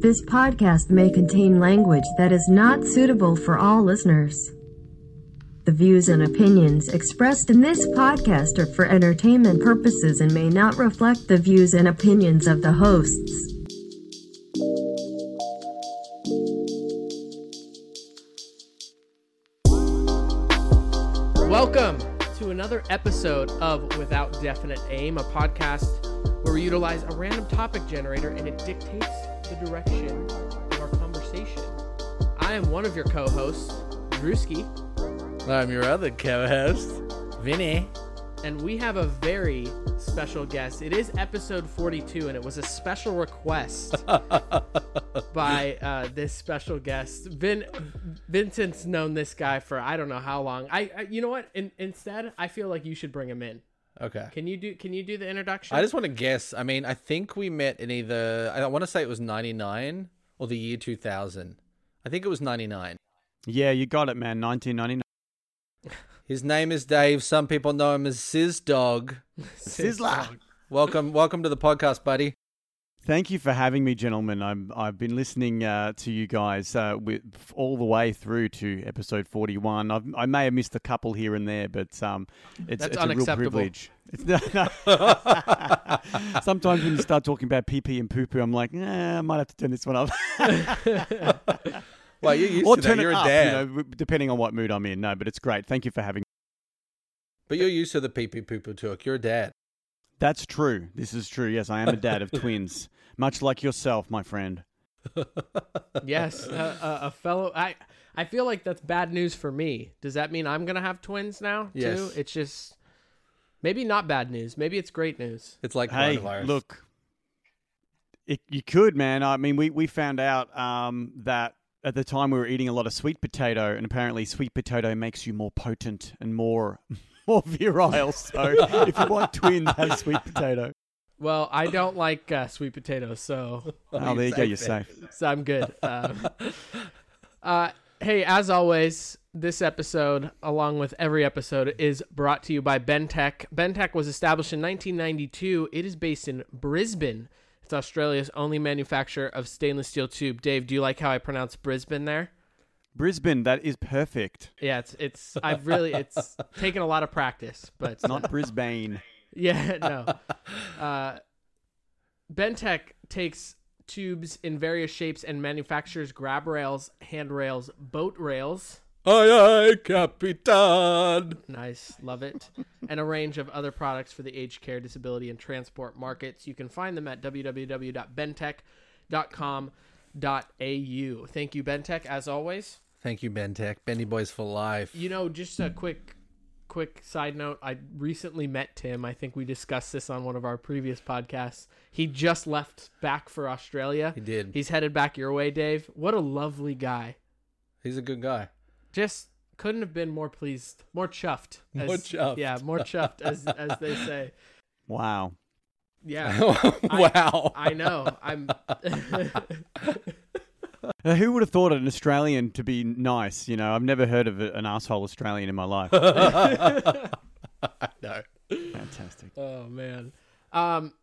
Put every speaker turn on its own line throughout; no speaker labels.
This podcast may contain language that is not suitable for all listeners. The views and opinions expressed in this podcast are for entertainment purposes and may not reflect the views and opinions of the hosts.
Welcome to another episode of Without Definite Aim, a podcast where we utilize a random topic generator and it dictates the direction of our conversation. I am one of your co hosts, Drewski,
I'm your other co-host, Vinny.
and we have a very special guest. It is episode 42, and it was a special request by uh, this special guest. Vin, Vincent's known this guy for I don't know how long. I, I you know what? In, instead, I feel like you should bring him in.
Okay.
Can you do? Can you do the introduction?
I just want to guess. I mean, I think we met in either I want to say it was 99 or the year 2000. I think it was 99.
Yeah, you got it, man. 1999.
His name is Dave. Some people know him as Sizz Dog.
Sizzler.
Welcome, welcome to the podcast, buddy.
Thank you for having me, gentlemen. I'm, I've been listening uh, to you guys uh, with, all the way through to episode 41. I've, I may have missed a couple here and there, but um, it's,
That's
it's a real
unacceptable.
privilege. It's, no, no. Sometimes when you start talking about pee pee and poo poo, I'm like, eh, I might have to turn this one up.
Well, you're used
or
to
turn
that. You're
it
a
up,
dad,
you know, w- depending on what mood I'm in. No, but it's great. Thank you for having me.
but you're used to the pee pee poo poo talk. You're a dad.
That's true. This is true. Yes, I am a dad of twins, much like yourself, my friend.
yes, a, a, a fellow. I I feel like that's bad news for me. Does that mean I'm gonna have twins now? Too?
Yes.
It's just maybe not bad news. Maybe it's great news.
It's like
hey,
coronavirus.
look, it, you could, man. I mean, we, we found out um, that at the time we were eating a lot of sweet potato, and apparently sweet potato makes you more potent and more more virile. So if you want twins, have sweet potato.
Well, I don't like uh, sweet potatoes, so
Oh, there you go. You're safe.
so I'm good. Um, uh, hey, as always, this episode, along with every episode, is brought to you by Bentech. Bentech was established in 1992. It is based in Brisbane. It's Australia's only manufacturer of stainless steel tube. Dave, do you like how I pronounce Brisbane there?
Brisbane, that is perfect.
Yeah, it's it's I've really it's taken a lot of practice, but uh,
Not Brisbane.
yeah, no. Uh, Bentech takes tubes in various shapes and manufactures grab rails, handrails, boat rails.
Aye, aye, Capitan.
Nice, love it. and a range of other products for the aged care, disability, and transport markets. You can find them at www.bentech.com.au. Thank you, Bentech, as always.
Thank you, Ben Tech. Benny Boys for life.
You know, just a quick quick side note, I recently met Tim. I think we discussed this on one of our previous podcasts. He just left back for Australia.
He did.
He's headed back your way, Dave. What a lovely guy.
He's a good guy.
Just couldn't have been more pleased, more chuffed. As,
More chuffed.
Yeah, more chuffed as as they say.
Wow.
Yeah.
Oh, wow.
I know. I'm
Uh, Who would have thought an Australian to be nice? You know, I've never heard of a- an asshole Australian in my life.
no.
Fantastic.
Oh man. Um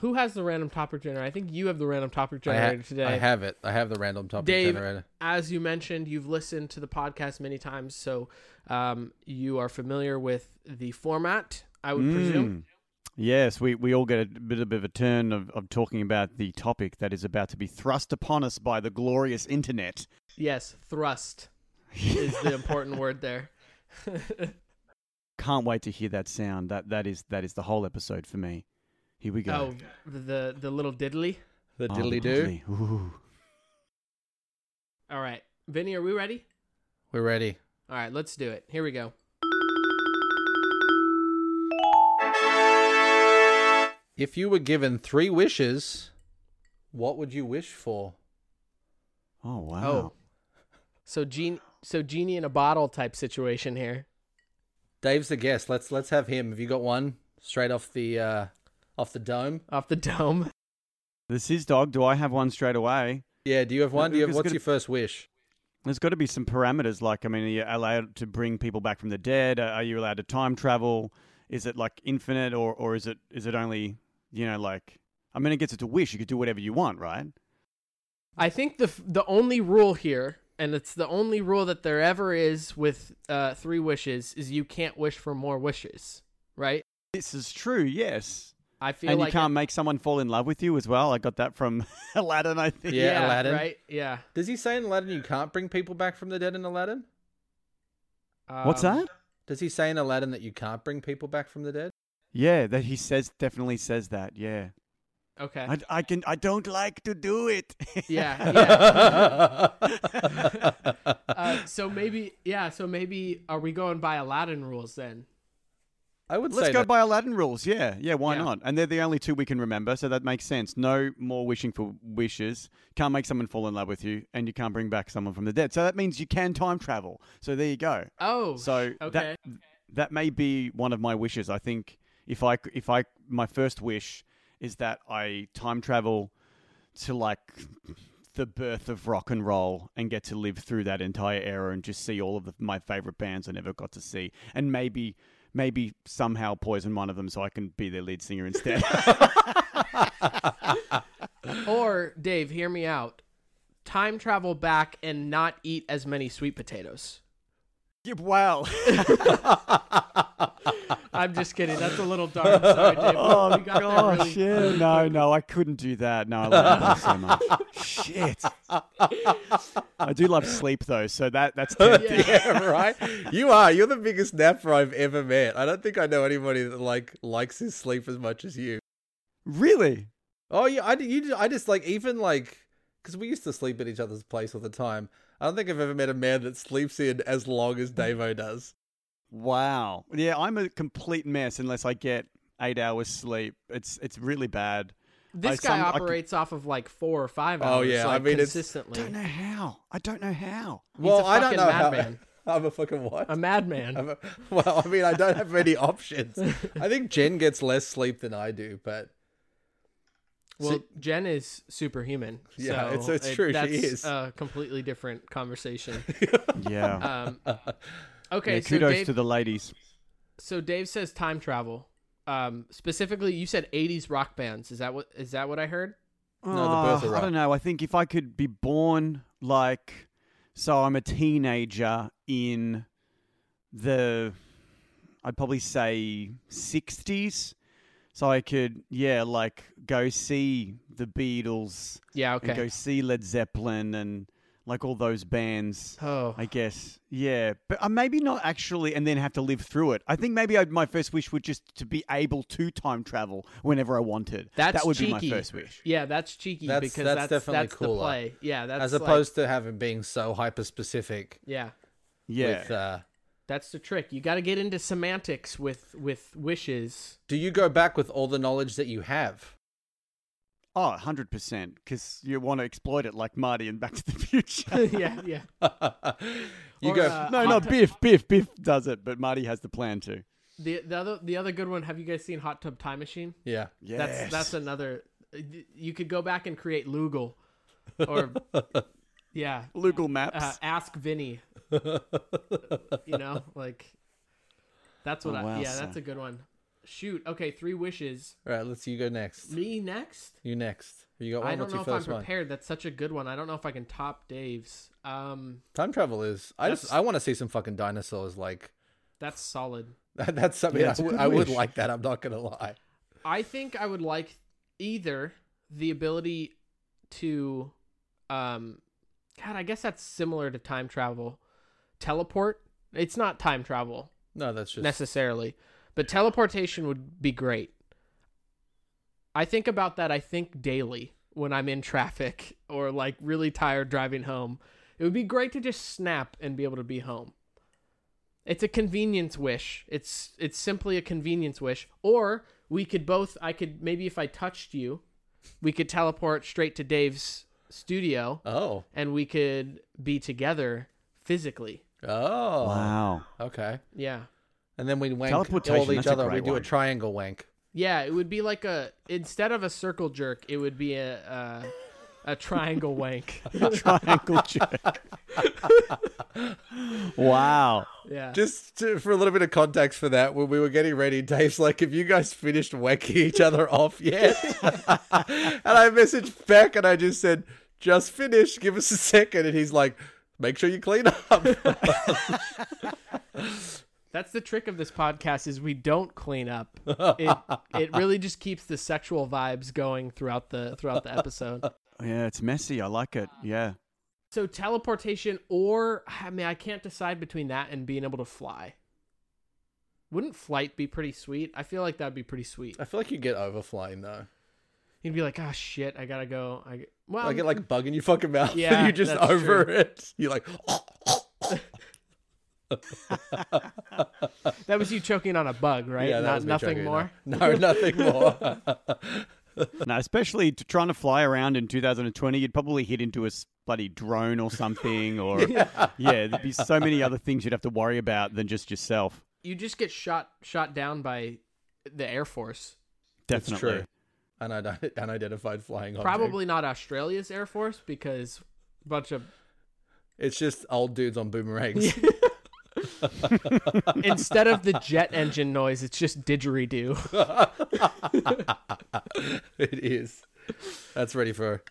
who has the random topic generator? I think you have the random topic
I,
generator
ha-
today.
I have it. I have the random topic
Dave,
generator.
as you mentioned, you've listened to the podcast many times, so um, you are familiar with the format. I would presume.
Mm. Yes, we, we all get a bit, a bit of a turn of, of talking about the topic that is about to be thrust upon us by the glorious internet.
Yes, thrust is the important word there.
Can't wait to hear that sound. That that is that is the whole episode for me. Here we
Oh,
go.
the the little diddly.
The
Oh,
diddly do.
lovely. Ooh.
All right, Vinny, are we ready?
We're ready.
All right, let's do it. Here we go.
If you were given three wishes, what would you wish for?
Oh wow.
Oh, so genie, so genie in a bottle type situation here.
Dave's the guest. Let's let's have him. Have you got one straight off the uh, off the dome?
Off the dome.
This is dog. Do I have one straight away?
Yeah. Do you have one? Do you have,
It's
what's
gonna-
your first wish?
There's got to be some parameters. Like, I mean, are you allowed to bring people back from the dead? Are are you allowed to time travel? Is it like infinite, or or is it is it only you know like I mean, it gets it to wish. You could do whatever you want, right?
I think the f- the only rule here, and it's the only rule that there ever is with uh, three wishes, is you can't wish for more wishes, right?
This is true. Yes.
I feel
and
like
you can't make someone fall in love with you as well. I got that from Aladdin, I think.
Yeah, Aladdin.
right? Yeah.
Does he say in Aladdin you can't bring people back from the dead in Aladdin?
What's
Um,
that?
Does he say in Aladdin that you can't bring people back from the dead?
Yeah, that he says definitely says that. Yeah,
Okay.
I, I can. I don't like to do it.
yeah. yeah. uh, so maybe, yeah. So maybe, are we going by Aladdin rules then?
I would
Let's
say
go
that-
by Aladdin rules. Yeah, yeah. Why
Yeah.
not? And they're the only two we can remember, so that makes sense. No more wishing for wishes. Can't make someone fall in love with you, and you can't bring back someone from the dead. So that means you can time travel. So there you go.
Oh.
So
okay.
that that may be one of my wishes. I think if I c- if I my first wish is that I time travel to like the birth of rock and roll and get to live through that entire era and just see all of the, my favorite bands I never got to see and maybe maybe somehow poison one of them so I can be their lead singer instead.
Or Dave, hear me out. Time travel back and not eat as many sweet potatoes.
Yeah, wow.
I'm just kidding. That's a little dark. Sorry, Dave.
Oh
We got that
gosh,
really-
yeah, no, no, I couldn't do that. No, I love that so much. Shit, I do love sleep though, so that that's tempting.
yeah, right. You are. You're the biggest napper I've ever met. I don't think I know anybody that like likes his sleep as much as you.
Really?
Oh yeah, I d- you d- I just like even like because we used to sleep at each other's place all the time. I don't think I've ever met a man that sleeps in as long as Davo does.
Wow. Yeah, I'm a complete mess unless I get eight hours sleep. It's it's really bad.
This guy
I- some- I can-
operates off of like four or five
Oh,
hours.
yeah, I
like,
mean, it's-
I
consistently.
don't know how. I don't know how.
well,
a
I
fucking
don't know
madman.
how. I'm a fucking what?
A madman.
I'm a- well, I mean, I don't have many options. I think Jen gets less sleep than I do, but
Well, Jen is superhuman.
Yeah,
so
it's- it's true, she
That's
is.
a completely different conversation.
Yeah.
Um, okay,
yeah
so
kudos
Dave,
to the ladies.
so Dave says time travel. Um, specifically, you said '80s rock bands. Is that what? Is that what I heard?
the birth
Oh,
of
I don't know. I think if I could be born like so I'm a teenager in the I'd probably say 60s. So I could yeah, like go see the Beatles
Yeah.
and go
Okay.
see Led Zeppelin and like all those bands.
Oh,
I guess, yeah, but uh, maybe not actually, and then have to live through it. I think maybe I'd, my first wish would just to be able to time travel whenever I wanted.
that's
that would
cheeky.
be my first wish.
Yeah, that's cheeky
That's-
because
that's
that's
definitely
that's the
cooler.
play. Yeah, that's
as
like-
opposed to having being so hyper specific
yeah,
Yeah,
with uh,
that's the trick. You got to get into semantics with with wishes.
Do you go back with all the knowledge that you have?
oh, hundred percent, because you want to exploit it like Marty in Back to the Future.
yeah, yeah.
you
Or,
go.
uh,
no, no, Biff, Biff, Biff does it, but Marty has the plan too.
The the other the other good one. Have you guys seen Hot Tub Time Machine?
yeah.
Yes,
That's that's another. You could go back and create Lugal, or yeah,
Lugal maps.
uh, ask Vinny. you know, like that's what
Oh,
I.
wow,
yeah,
son.
that's a good one. Shoot. Okay, three wishes.
All right. Let's. You go next.
Me next.
You next. Have you got
I
one.
don't
What's
know
your
if I'm
first one?
prepared. That's such a good one. I don't know if I can top Dave's. Um,
Time travel is. I just.
That's-
I want to see some fucking dinosaurs. Like
that's solid.
that, that's something
Yeah,
I
it's a
would-
good
I would
wish.
like. That I'm not gonna lie.
I think I would like either the ability to, um, God, I guess that's similar to time travel, teleport. It's not time travel
No, that's just.
necessarily, but teleportation would be great. I think about that. I think daily when I'm in traffic or like really tired driving home, it would be great to just snap and be able to be home. It's a convenience wish. It's it's simply a convenience wish. Or we could both. I could maybe if I touched you, we could teleport straight to Dave's studio
oh.
and we could be together physically.
Oh.
wow.
Okay.
Yeah.
And then we wank all
Teleportation,
each
that's a
other. We
great
do a
one.
triangle wank.
Yeah, it would be like a instead of a circle jerk, it would be a uh, a triangle wank.
triangle jerk. wow.
Yeah.
Just to, for a little bit of context for that, when we were getting ready, Dave's like, "Have you guys finished whacking each other off yet?" and I messaged back and I just said, "Just finished. Give us a second. And he's like, "Make sure you clean up."
That's the trick of this podcast is we don't clean up. It it really just keeps the sexual vibes going throughout the throughout the episode.
Yeah, it's messy. I like it. Yeah.
So teleportation or I mean I can't decide between that and being able to fly. Wouldn't flight be pretty sweet? I feel like that'd be pretty sweet.
I feel like you get overflying though.
You'd be like, "Ah shit, I got to go." I get- well,
I get like bug in your fucking mouth.
Yeah,
and you just
that's
over
true.
it. You're like,
that was you choking on a bug, right?
yeah, that
Not
was me
nothing
choking,
more.
No, No, nothing more.
No, especially to trying to fly around in 2020, you'd probably hit into a s- bloody drone or something. Or yeah. there'd be so many other things you'd have to worry about than just yourself.
You just get shot shot down by the Air Force.
Definitely.
true. Unid- unidentified flying object.
Probably not Australia's Air Force because a bunch of
It's just old dudes on boomerangs.
instead of the jet engine noise, it's just didgeridoo.
it is. That's ready for.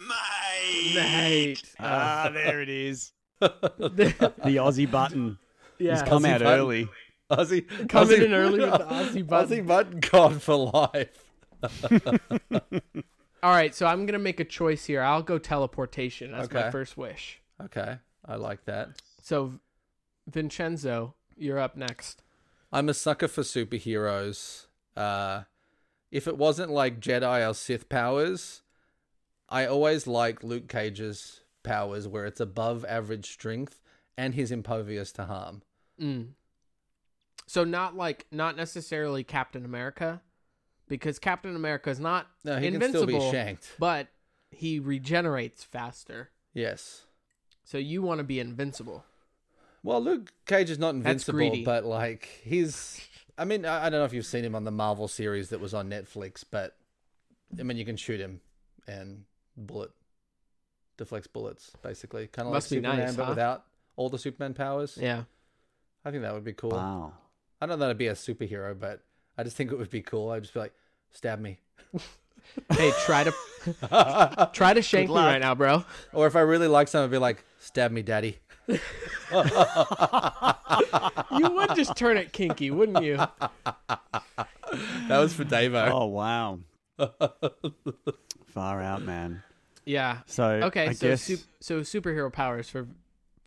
Mate.
Ah, there it is.
yeah.
The Aussie button. He's come
Aussie
out
button.
early.
Aussie
Coming
Aussie-
in early with the Aussie button.
Aussie button god for life.
All right, so I'm gonna make a choice here. I'll go teleportation. That's my
Okay.
first wish.
Okay, I like that.
So, Vincenzo, you're up next.
I'm a sucker for superheroes. Uh, if it wasn't like Jedi or Sith powers, I always like Luke Cage's powers where it's above average strength and he's impervious to harm.
Mm. So not like not necessarily Captain America, because Captain America is not
No, he
invincible,
can still be shanked.
but he regenerates faster.
Yes.
So you want to be invincible?
Well, Luke Cage is not
greedy.
invincible, but like he's. I mean, I I don't know if you've seen him on the Marvel series that was on Netflix, but I mean, you can shoot him and bullet deflects bullets, basically, kind of like
Must be
Superman,
nice,
but
huh?
without all the Superman powers.
Yeah.
I think that would be cool.
Wow.
I don't know that I'd be a superhero, but I just think it would be cool. I'd just be like, stab me,
Hey, try to try to shank me
luck.
right now, bro.
or if I really like someone, I'd be like, stab me, daddy.
You would just turn it kinky, wouldn't you?
That was for Davo.
Oh, wow. Far out, man.
Yeah.
So,
Okay.
I
so
guess
sup- so superhero powers for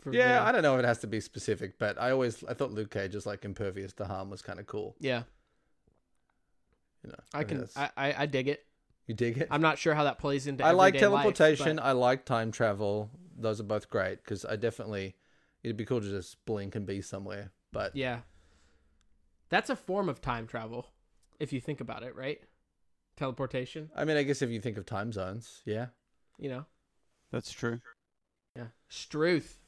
for
Yeah,
Vin.
I don't know if it has to be specific, but I always I thought Luke Cage is like impervious to harm was kind of cool.
yeah.
You know,
I
think
can
that's-
I, I I dig it.
you dig it.
I'm not sure how that plays into.
I like
everyday life,
teleportation.
but-
I like time travel. Those are both great because I definitely it'd be cool to just blink and be somewhere. But
yeah. That's a form of time travel, if you think about it, right? Teleportation.
I mean, I guess if you think of time zones, yeah.
You know.
that's true.
Yeah. Struth.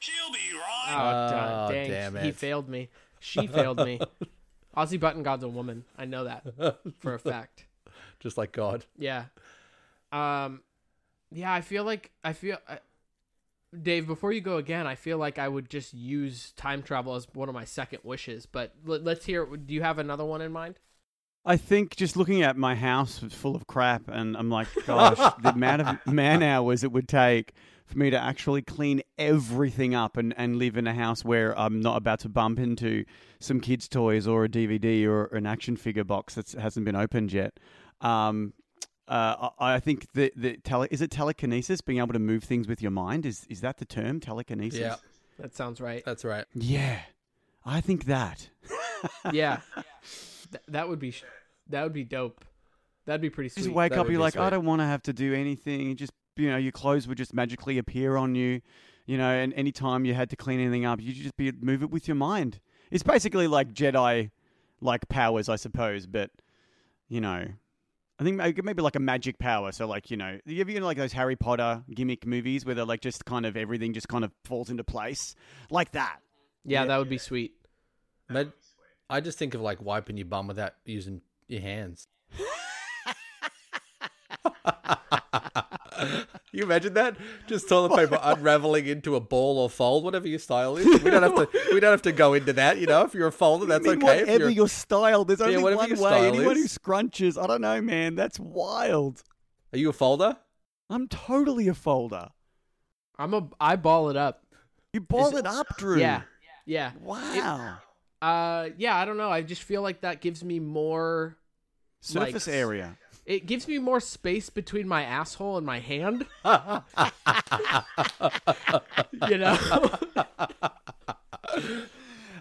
She'll be right.
Oh,
Oh,
dang.
damn
He
it.
failed me. She failed me. Aussie Button God's a woman. I know that for a fact.
Just like God.
Yeah. Um yeah, I feel like I feel I, Dave, before you go again, I feel like I would just use time travel as one of my second wishes, but let, let's hear do you have another one in mind?
I think just looking at my house was full of crap, and I'm like, gosh, the amount of man hours it would take for me to actually clean everything up and, and live in a house where I'm not about to bump into some kids' toys or a DVD or an action figure box that hasn't been opened yet. Um, uh, I I think the, the tele, is it telekinesis, being able to move things with your mind? Is, is that the term, telekinesis?
Yeah,
That sounds right.
that's right.
Yeah. I think that.
Yeah. Th- that would be sh- that would be dope. That'd be pretty sweet.
just wake
That
up
would
you're
be
like i
sweet.
don't want to have to do anything You just you know your clothes would just magically appear on you you know and anytime you had to clean anything up you just be move it with your mind it's basically like jedi like powers i suppose but you know I think maybe maybe like a magic power. So like you know, you ever you know, like those Harry Potter gimmick movies where they're like just kind of everything just kind of falls into place like that.
yeah, that would be sweet.
Med- I just think of like wiping your bum without using your hands. you imagine that? Just toilet paper unraveling into a ball or fold, whatever your style is. We don't have to. We don't have to go into that. You know, if you're a folder, that's
I mean,
okay. If
Whatever
you're-
your style, there's only
whatever
one
your
way.
style
Anyone who
is.
scrunches, I don't know, man. That's wild.
Are you a folder?
I'm totally a folder.
I'm a I ball it up.
You ball it up, Drew.
Yeah. Yeah.
Wow.
Uh yeah, I don't know. I just feel like that gives me more
Surface
like-
area.
it gives me more space between my asshole and my hand. you know?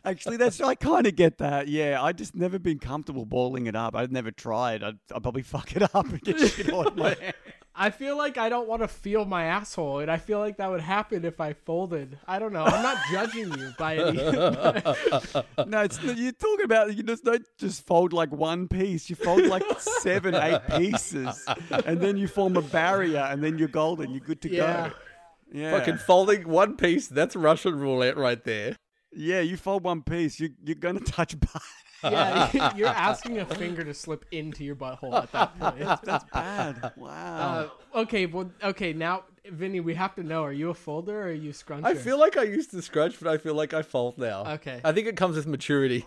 Actually, that's I kind of get that. Yeah, I just never been comfortable balling it up. I've never tried. I'd, I'd probably fuck it up and get shit on my hand.
I feel like I don't want to feel my asshole, and I feel like that would happen if I folded. I don't know. I'm not judging you by any.
No, it's not- you're talking about you just don't just fold like one piece. You fold like seven, eight pieces, and then you form a barrier, and then you're golden. You're good to
Yeah.
go. Yeah,
Fucking folding one piece. That's Russian roulette right there.
yeah. You fold one piece, you you're gonna touch bottom.
yeah, you're asking a finger to slip into your butthole at that point.
That's bad. Wow.
Uh, okay, well, okay. Now, Vinny, we have to know: Are you a folder or are you a scruncher?
I feel like I used to scrunch, but I feel like I fold now.
Okay.
I think it comes with maturity.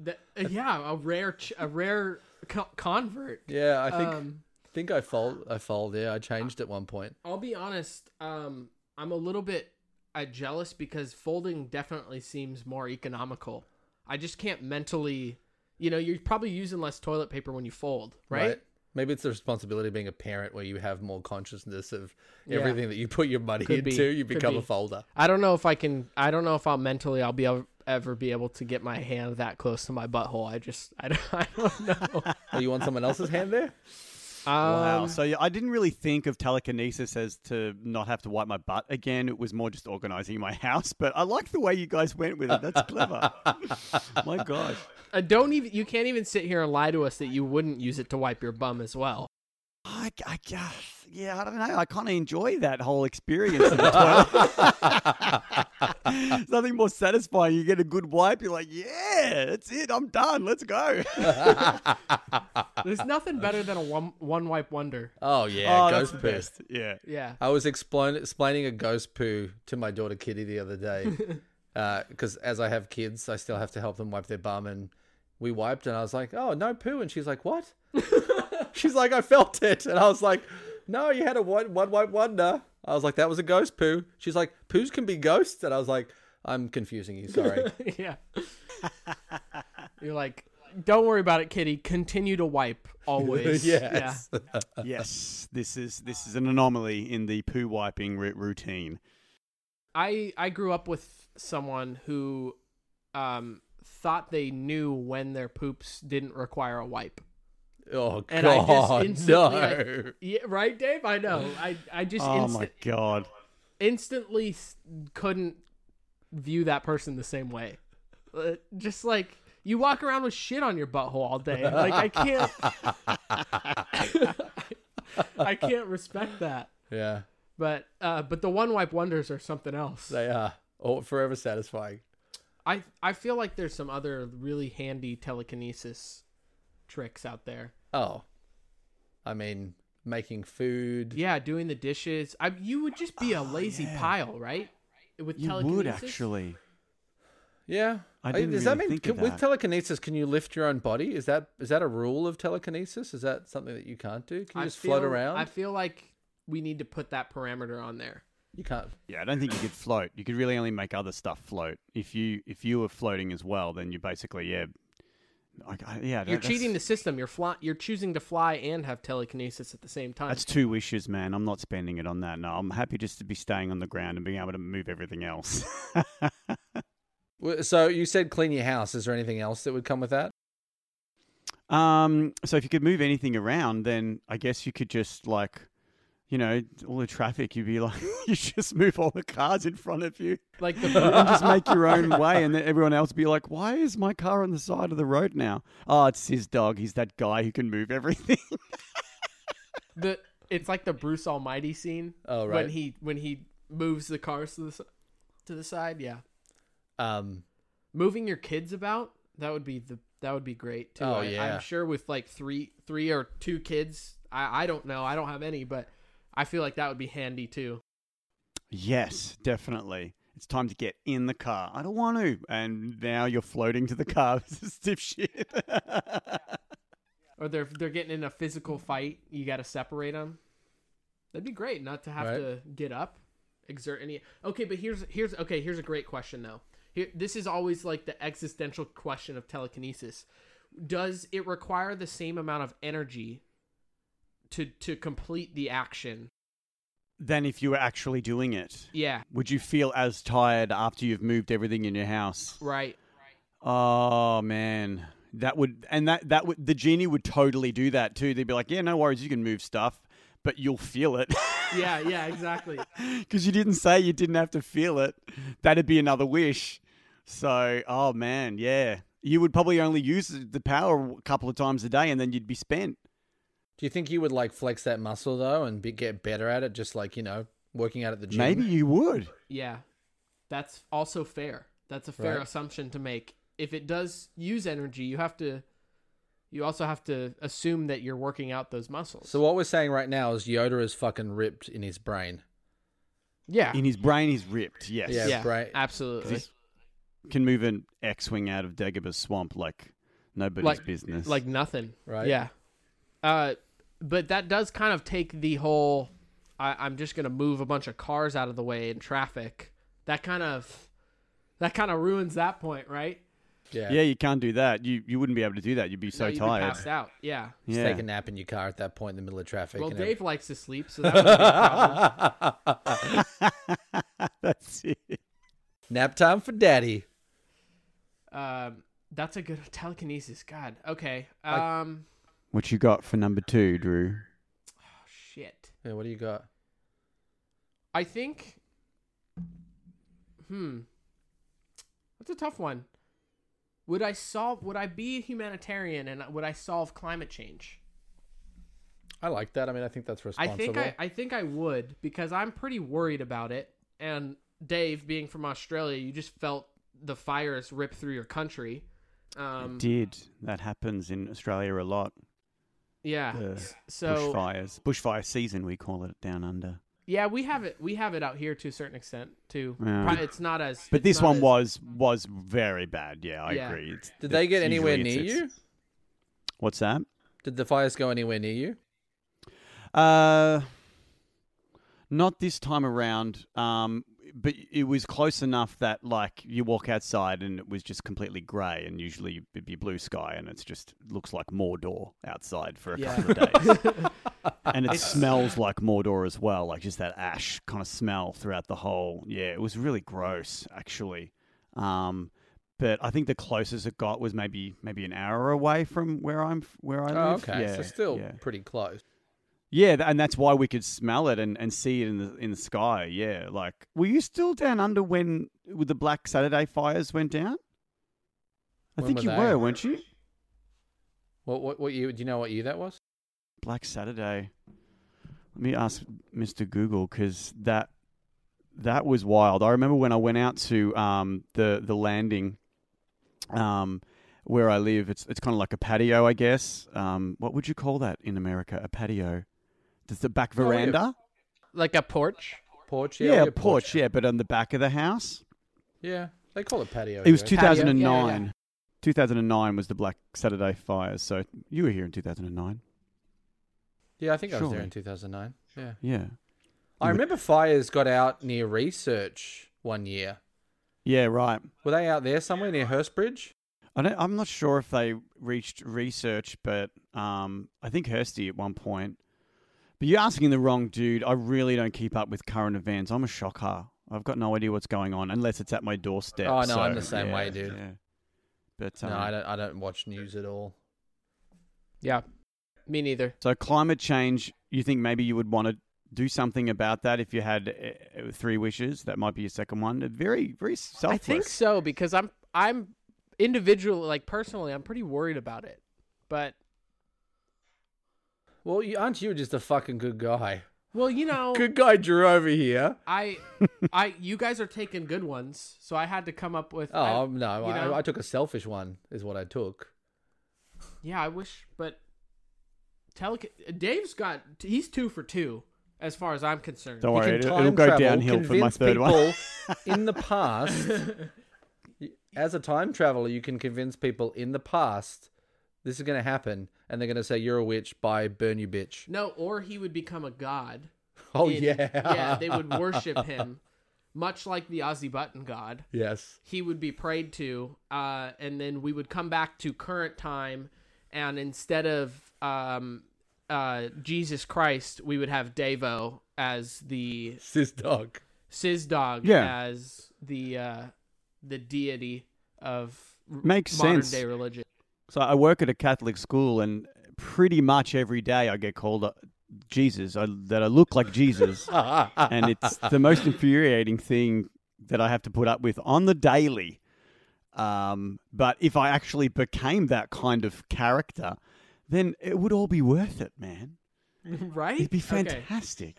That- uh, yeah, a rare, ch- a rare co- convert.
Yeah, I think
Um,
think I fold. I fold. Yeah, I changed at one point.
I'll be honest. Um, I'm a little bit uh, jealous because folding definitely seems more economical. I just can't mentally, you know, you're probably using less toilet paper when you fold, right?
Maybe it's the responsibility of being a parent where you have more consciousness of
Yeah.
everything that you put your money
Could be,
into. You
could
become a
be.
folder.
I don't know if I can. I don't know if I'll mentally. I'll be able, ever be able to get my hand that close to my butthole. I just. I don't, I don't know.
Are Oh, you on someone else's hand there?
Um,
Wow. So yeah, I didn't really think of telekinesis as to not have to wipe my butt again. It was more just organizing my house. But I like the way you guys went with it. That's clever. my gosh.
Uh, don't even. You can't even sit here and lie to us that you wouldn't use it to wipe your bum as well.
I, I guess, yeah, I don't know. I kind of enjoy that whole experience. in the toilet. There's nothing more satisfying. You get a good wipe. You're like, yeah, that's it. I'm done. Let's go.
There's nothing better than a one one wipe wonder.
Oh yeah,
oh, that's
ghost
the
poo.
best. Yeah.
Yeah.
I was explain- explaining a ghost poo to my daughter Kitty the other day because as I have kids, I still have to help them wipe their bum, and we wiped, and I was like, "Oh, no poo," and she's like, "What?" she's like, "I felt it," and I was like, "No, you had a one one wipe wonder." I was like, "That was a ghost poo." She's like, "Poos can be ghosts," and I was like, "I'm confusing you. Sorry."
yeah. You're like, don't worry about it, kitty. Continue to wipe always.
yes.
Yes. This is this is an anomaly in the poo wiping r- routine.
I I grew up with someone who um thought they knew when their poops didn't require a wipe.
Oh god,
And I just instantly like-
no.
Yeah, right, Dave? I know. I I just
Oh
insta-
my god.
instantly s- couldn't view that person the same way. Uh, Just like you walk around with shit on your butthole all day. Like I can't, I can't respect that.
Yeah,
But uh, but the one wipe wonders are something else.
they are. Oh, forever satisfying.
I I feel like there's some other really handy telekinesis tricks out there.
Oh, I mean, making food.
Yeah, doing the dishes. I you would just be a lazy pile, right? With
Oh, You
telekinesis.
would actually.
Yeah.
I
Uh,
didn't
Does that
really
mean
think of
can- with
that.
telekinesis can you lift your own body? Is that is that a rule of telekinesis? Is that something that you can't do? Can you
I
just float
feel-
around?
I feel like we need to put that parameter on there.
You can't.
Yeah, I don't think you could float. You could really only make other stuff float. If you if you were floating as well, then you basically yeah, I, I-
You're
yeah. that- that's-
cheating the system. You're fly- You're choosing to fly and have telekinesis at the same time.
That's two wishes, man. I'm not spending it on that. No, I'm happy just to be staying on the ground and being able to move everything else.
W- So you said clean your house. Is there anything else that would come with that?
um, so if you could move anything around, then I guess you could just like, you know, all the traffic. You'd be like, you just move all the cars in front of you.
like the
and just make your own way, and then everyone else be like, "Why is my car on the side of the road now?" Oh, it's his dog. He's that guy who can move everything.
the it's like the Bruce Almighty scene.
Oh,
When
right.
he when he moves the cars to the s- to the side. Yeah,
Um,
moving your kids about that would be the that would be great too.
Oh,
I,
yeah.
I'm sure with like three three or two kids. I I don't know. I don't have any, but I feel like that would be handy too.
Yes, definitely. It's time to get in the car. I don't want to. And now you're floating to the car. This is stiff shit.
Or they're they're getting in a physical fight. You got to separate them. That'd be great not to have
Right.
to get up, exert any. Okay, but here's here's okay. Here's a great question though. Here, this is always like the existential question of telekinesis. Does it require the same amount of energy to to complete the action?
than if you were actually doing it.
Yeah,
Would you feel as tired after you've moved everything in your house?
right.
Oh man, that would and that that would the genie would totally do that too. They'd be like, "Yeah, no worries, you can move stuff, but you'll feel it
Yeah, yeah, exactly.
because you didn't say you didn't have to feel it." That'd be another wish. So, oh man, yeah, you would probably only use the power a couple of times a day, and then you'd be spent.
Do you think you would like flex that muscle though and be, get better at it? Just like you know, working out at the gym.
Maybe you would.
Yeah. That's also fair. That's a fair
Right.
assumption to make. If it does use energy, you have to you also have to assume that you're working out those muscles.
So what we're saying right now is Yoda is fucking ripped in his brain.
yeah.
In his brain, he's ripped. Yes,
Yeah.
yeah.
right.
Absolutely.
can move an X-wing out of Dagobah's swamp like nobody's
Like-
business.
Like nothing.
Right.
Yeah. Uh but that does kind of take the whole I, I'm just gonna move a bunch of cars out of the way in traffic. That kind of that kind of ruins that point, right?
Yeah.
Yeah, you can't do that. You you wouldn't be able to do that. You'd be so
No, you'd be
tired.
passed out. Yeah.
Just
Yeah.
take a nap in your car at that point in the middle of traffic.
Well,
and
Dave likes to sleep, so that would be a problem.
That's it.
nap time for daddy.
Um, that's a good telekinesis. God. Okay. Um.
I-
What you got for number two, Drew?
oh, shit.
Yeah, what do you got?
I think. Hmm. That's a tough one. Would I solve? Would I be a humanitarian and would I solve climate change?
I like that. I mean, I think that's
I
responsible.
think I, I think I would because I'm pretty worried about it. And Dave, being from Australia, you just felt the fires rip through your country. Um,
Did that happens in Australia a lot?
yeah.
The
So
bushfires, bushfire season, we call it down under.
Yeah, we have it. We have it out here to a certain extent too.
Yeah.
Pro- It's not as.
But
it's
this
not
one
as-
was was very bad. Yeah, I
Yeah.
agree. It's,
Did
it's
they get
usually
anywhere
it's-
near
it's-
you?
What's that?
Did the fires go anywhere near you?
Uh, not this time around. Um, but it was close enough that like you walk outside and it was just completely grey, and usually it'd be blue sky, and it's just looks like Mordor outside for a
Yeah.
couple of days, and it smells like Mordor as well, like just that ash kind of smell throughout the whole. Yeah, it was really gross actually. Um. But I think the closest it got was maybe maybe an hour away from where I'm where I
Oh,
live.
okay.
Yeah,
so still
yeah.
pretty close.
Yeah, th- and that's why we could smell it and, and see it in the in the sky. Yeah, like were you still down under when with the Black Saturday fires went down? I
When
think
were
you
they?
were, weren't you?
What what what year? Do you know what year that was?
Black Saturday. Let me ask Mr. Google because that that was wild. I remember when I went out to um, the the landing um, where I live. It's it's kind of like a patio, I guess. Um, what would you call that in America? A patio? Does the back
Oh, yeah.
veranda?
like a porch.
Porch.
Yeah,
we
a
had
porch, yeah, but on the back of the house.
Yeah, they call it patio.
It was
here.
2009.
Patio, yeah, yeah.
2009 was the Black Saturday fires, so you were here in 2009.
Yeah, I think I was there
Surely.
in 2009. Yeah.
Yeah.
I remember fires got out near Research one year.
Yeah, right.
Were they out there somewhere near Hurstbridge?
I don't, I'm not sure if they reached research, but um, I think Hursty at one point. But you're asking the wrong dude. I really don't keep up with current events. I'm a shocker. I've got no idea what's going on unless it's at my doorstep.
Oh, no,
so,
I'm the same
yeah,
way, dude.
Yeah. But um,
No, I don't. I don't watch news at all.
Yeah, me neither.
So climate change, you think maybe you would want to do something about that if you had uh, three wishes? That might be your second one. Uh, Very, very selfless.
I think so because I'm I'm individually like personally I'm pretty worried about it. But
Well, you, aren't you just a fucking good guy?
well, you know,
Good guy Drew over here.
I I you guys are taking good ones, so I had to come up with.
Oh
I-
no,
you know?
I, I took a selfish one. Is what I took.
yeah, I wish, but tele Dave's got he's two for two. as far as I'm concerned.
Don't
He
worry,
can
it'll,
time
it'll go
travel,
downhill for my
convince
third one.
people in the past, as a time traveler, you can convince people in the past this is going to happen, and they're going to say you're a witch. Bye, burn you, bitch.
No, or he would become a god.
Oh
in-
yeah,
yeah, they would worship him, much like the Aussie Button God.
yes,
He would be prayed to, uh, and then we would come back to current time, and instead of um, uh, Jesus Christ, we would have Devo as the
sis dog.
Sizz Dog
Yeah.
as the uh, the deity of r-
Makes
modern
sense.
day religion.
So I work at a Catholic school, and pretty much every day I get called uh, Jesus, I, that I look like Jesus. and it's the most infuriating thing that I have to put up with on the daily. Um, but if I actually became that kind of character, then it would all be worth it, man.
right?
It'd be
Okay.
fantastic.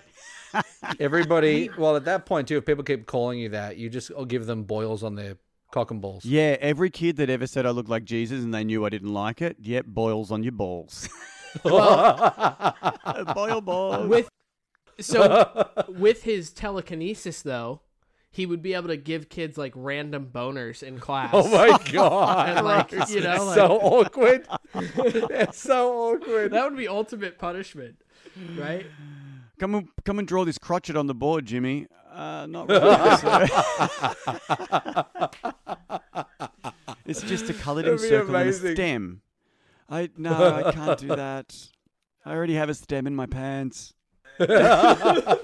Everybody, well, at that point too, if people keep calling you that, you just oh, give them boils on their cock and balls.
Yeah, every kid that ever said I look like Jesus and they knew I didn't like it, yep, boils on your balls. Boil balls.
With so with his telekinesis though, he would be able to give kids like random boners in class.
Oh my god!
and like you know, like,
so awkward. it's so awkward.
that would be ultimate punishment, right?
Come and come and draw this crotchet on the board, Jimmy. Uh, not really. sir. it's just a coloured in
That'd be
circle and a
amazing.
stem. I no, I can't do that. I already have a stem in my pants.
To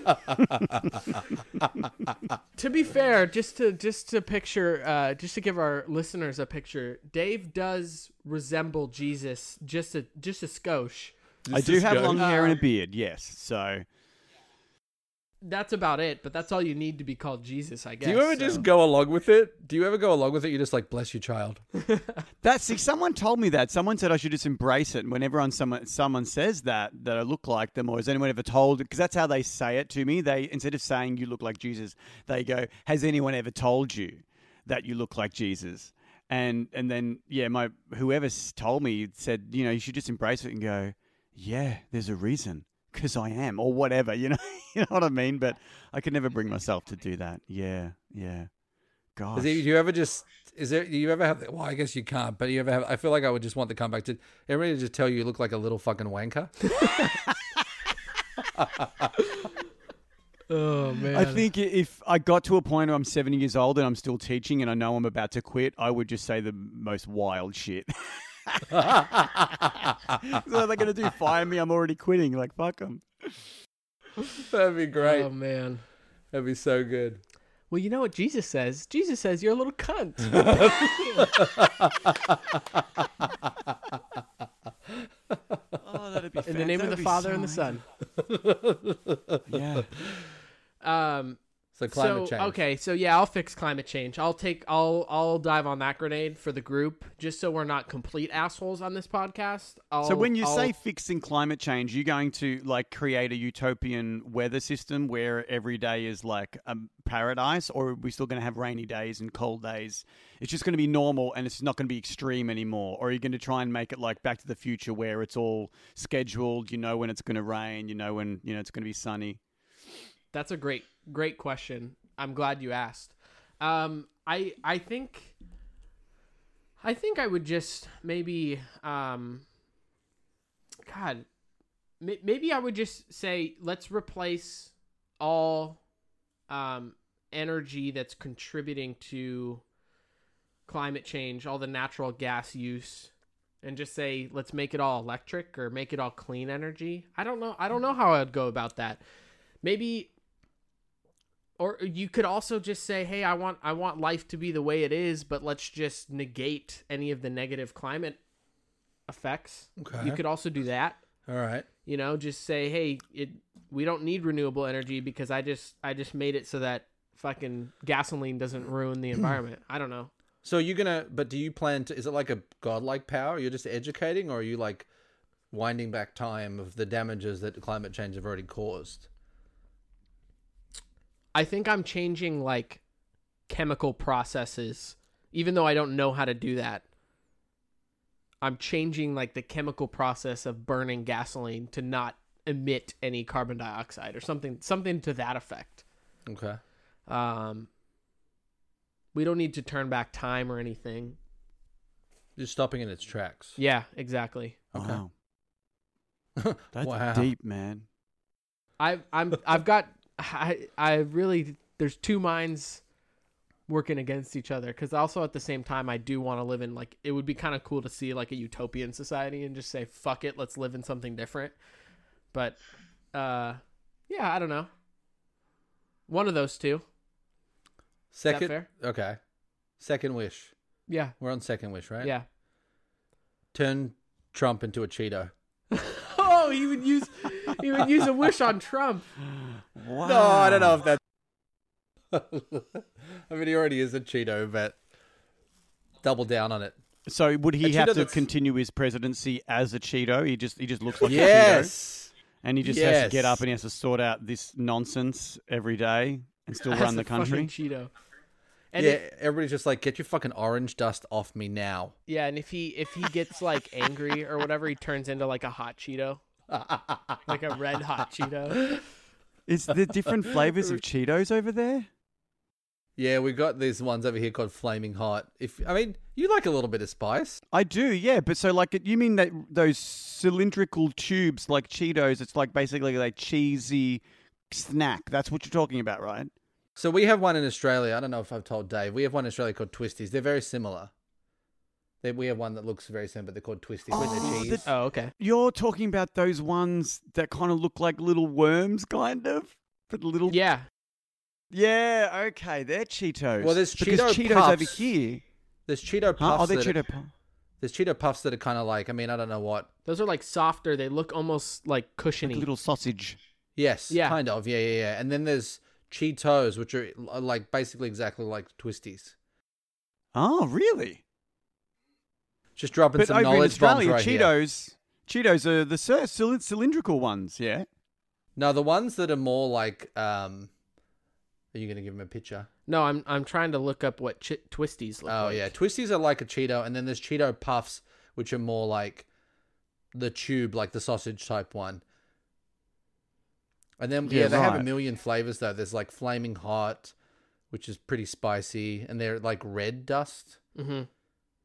be fair, just to just to picture uh just to give our listeners a picture, Dave does resemble Jesus just a just a skosh.
I
This
do
is
have
good.
long hair and a beard. Yes, so
That's about it, but that's all you need to be called Jesus, I guess.
Do you ever
so.
just go along with it? Do you ever go along with it? You're just like, bless you, child.
That's see, someone told me that. Someone said I should just embrace it. And whenever on someone someone says that that I look like them, or has anyone ever told? Because that's how they say it to me. They instead of saying you look like Jesus, they go, "Has anyone ever told you that you look like Jesus?" And and then yeah, my whoever s- told me said, you know, you should just embrace it and go, "Yeah, there's a reason." Because I am, or whatever, you know, you know what I mean. But I could never bring myself to do that. Yeah, yeah. God,
Is it, do you ever just? Is there? Do you ever have? Well, I guess you can't. But you ever have? I feel like I would just want the comeback to everybody to just tell you you look like a little fucking wanker.
Oh man.
I think i- if I got to a point where I'm 70 years old and I'm still teaching and I know I'm about to quit, I would just say the most wild shit. so what are they going to do? Fire me? I'm already quitting. Like, fuck them.
That'd be great.
Oh man.
That'd be so good.
Well, you know what Jesus says? Jesus says you're a little cunt.
Oh, that'd be
In the name of the Father and the Son.
Yeah.
Um
So
so,
climate change.
Okay, so yeah, I'll fix climate change. I'll take I'll I'll dive on that grenade for the group just so we're not complete assholes on this podcast. I'll,
So when you
I'll-
say fixing climate change, you're going to like create a utopian weather system where every day is like a paradise, or are we still going to have rainy days and cold days? It's just going to be normal, and it's not going to be extreme anymore. Or are you going to try and make it like Back to the Future, where it's all scheduled? You know when it's going to rain. You know when you know it's going to be sunny.
That's a great great question. I'm glad you asked. Um I I think I think I would just maybe um god may- maybe I would just say let's replace all um energy that's contributing to climate change, all the natural gas use and just say let's make it all electric or make it all clean energy. I don't know I don't know how I'd go about that maybe or you could also just say hey i want i want life to be the way it is but let's just negate any of the negative climate effects
Okay.
you could also do that
All right.
you know just say hey it we don't need renewable energy because i just i just made it so that fucking gasoline doesn't ruin the environment i don't know
So you're gonna, but do you plan to? Is it like a godlike power? You're just educating, or are you like winding back time of the damages that climate change have already caused?
i think i'm changing like chemical processes even though i don't know how to do that i'm changing like the chemical process of burning gasoline to not emit any carbon dioxide or something something to that effect.
Okay.
Um, we don't need to turn back time or anything.
Just stopping in its tracks.
Yeah, exactly.
Okay.
Wow. That's
Wow.
deep, man.
I I'm I've got I I really there's two minds working against each other because also at the same time I do want to live in like it would be kind of cool to see like a utopian society and just say fuck it let's live in something different but uh yeah I don't know one of those two
Second.
fair?
Okay. Second wish.
yeah
We're on second wish, right?
yeah
Turn Trump into a Cheeto.
oh he would use he would use a wish on Trump
Wow.
No, I don't know if that. I mean, he already is a Cheeto, but double down on it.
So would
A
he
Cheeto
have to
that's-
continue his presidency as a Cheeto? He just he just looks like a Cheeto,
yes.
and he just has to
Yes.
get up and he has to sort out this nonsense every day and still
As
run the
fucking
country.
Cheeto and
yeah.
it-
everybody's just like, get your fucking orange dust off me now.
Yeah, and if he if he gets like angry or whatever, he turns into like a hot Cheeto, like a red hot Cheeto.
Is there different flavors of Cheetos over there?
Yeah, we got these ones over here called Flaming Hot. If I mean, you like a little bit of spice.
I do, yeah. But so like, you mean that those cylindrical tubes like Cheetos? It's like basically like cheesy snack. That's what you're talking about, right?
So we have one in Australia. I don't know if I've told Dave. We have one in Australia called Twisties. They're very similar. They, we have one that looks very similar, but they're called Twisties with
Oh,
the cheese.
Oh, okay.
You're talking about those ones that kind of look like little worms, kind of, but little.
Yeah,
Yeah, okay, they're Cheetos.
Well, there's
because
Cheeto
Cheetos
Puffs.
over here.
There's Cheeto
Huh?
puffs.
Oh, they're
that
Cheeto
are,
Puffs.
there's Cheeto puffs that are kind of like. I mean, I don't know what.
those are like softer. They look almost like cushiony.
Like little sausage.
Yes,
Yeah.
kind of. Yeah, yeah, yeah. And then there's Cheetos, which are uh, like basically exactly like Twisties.
Oh, really?
Just dropping
But
some
over in
knowledge bombs
Australia,
right here.
Cheetos, Cheetos are the cir- cyl- cylindrical ones. Yeah.
No, the ones that are more like. um Are you gonna give him a picture?
No, I'm I'm trying to look up what chi- twisties look
Oh
like.
yeah, twisties are like a Cheeto, and then there's Cheeto puffs, which are more like the tube, like the sausage type one. And then yeah,
Yeah,
they have a
right.
million flavors though. There's like flaming hot, which is pretty spicy, and they're like red dust.
Mm-hmm.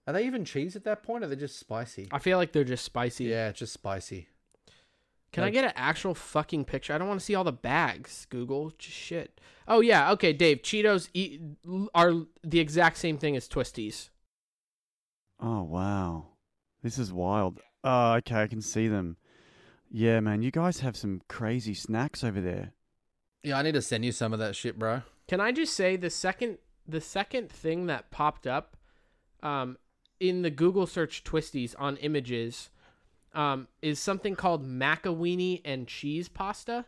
Are they even cheese at that point? Or are they just spicy?
I feel like they're just spicy.
Yeah, it's just spicy.
Can I get an actual fucking picture? I don't want to see all the bags. Google Ch- shit. Oh yeah. Okay, Dave. Cheetos eat, are the exact same thing as twisties.
Oh wow, this is wild. Oh, okay, I can see them. Yeah, man, you guys have some crazy snacks over there.
Yeah, I need to send you some of that shit, bro.
Can I just say the second the second thing that popped up um, in the Google search twisties on images um, is something called macaweenie and cheese pasta.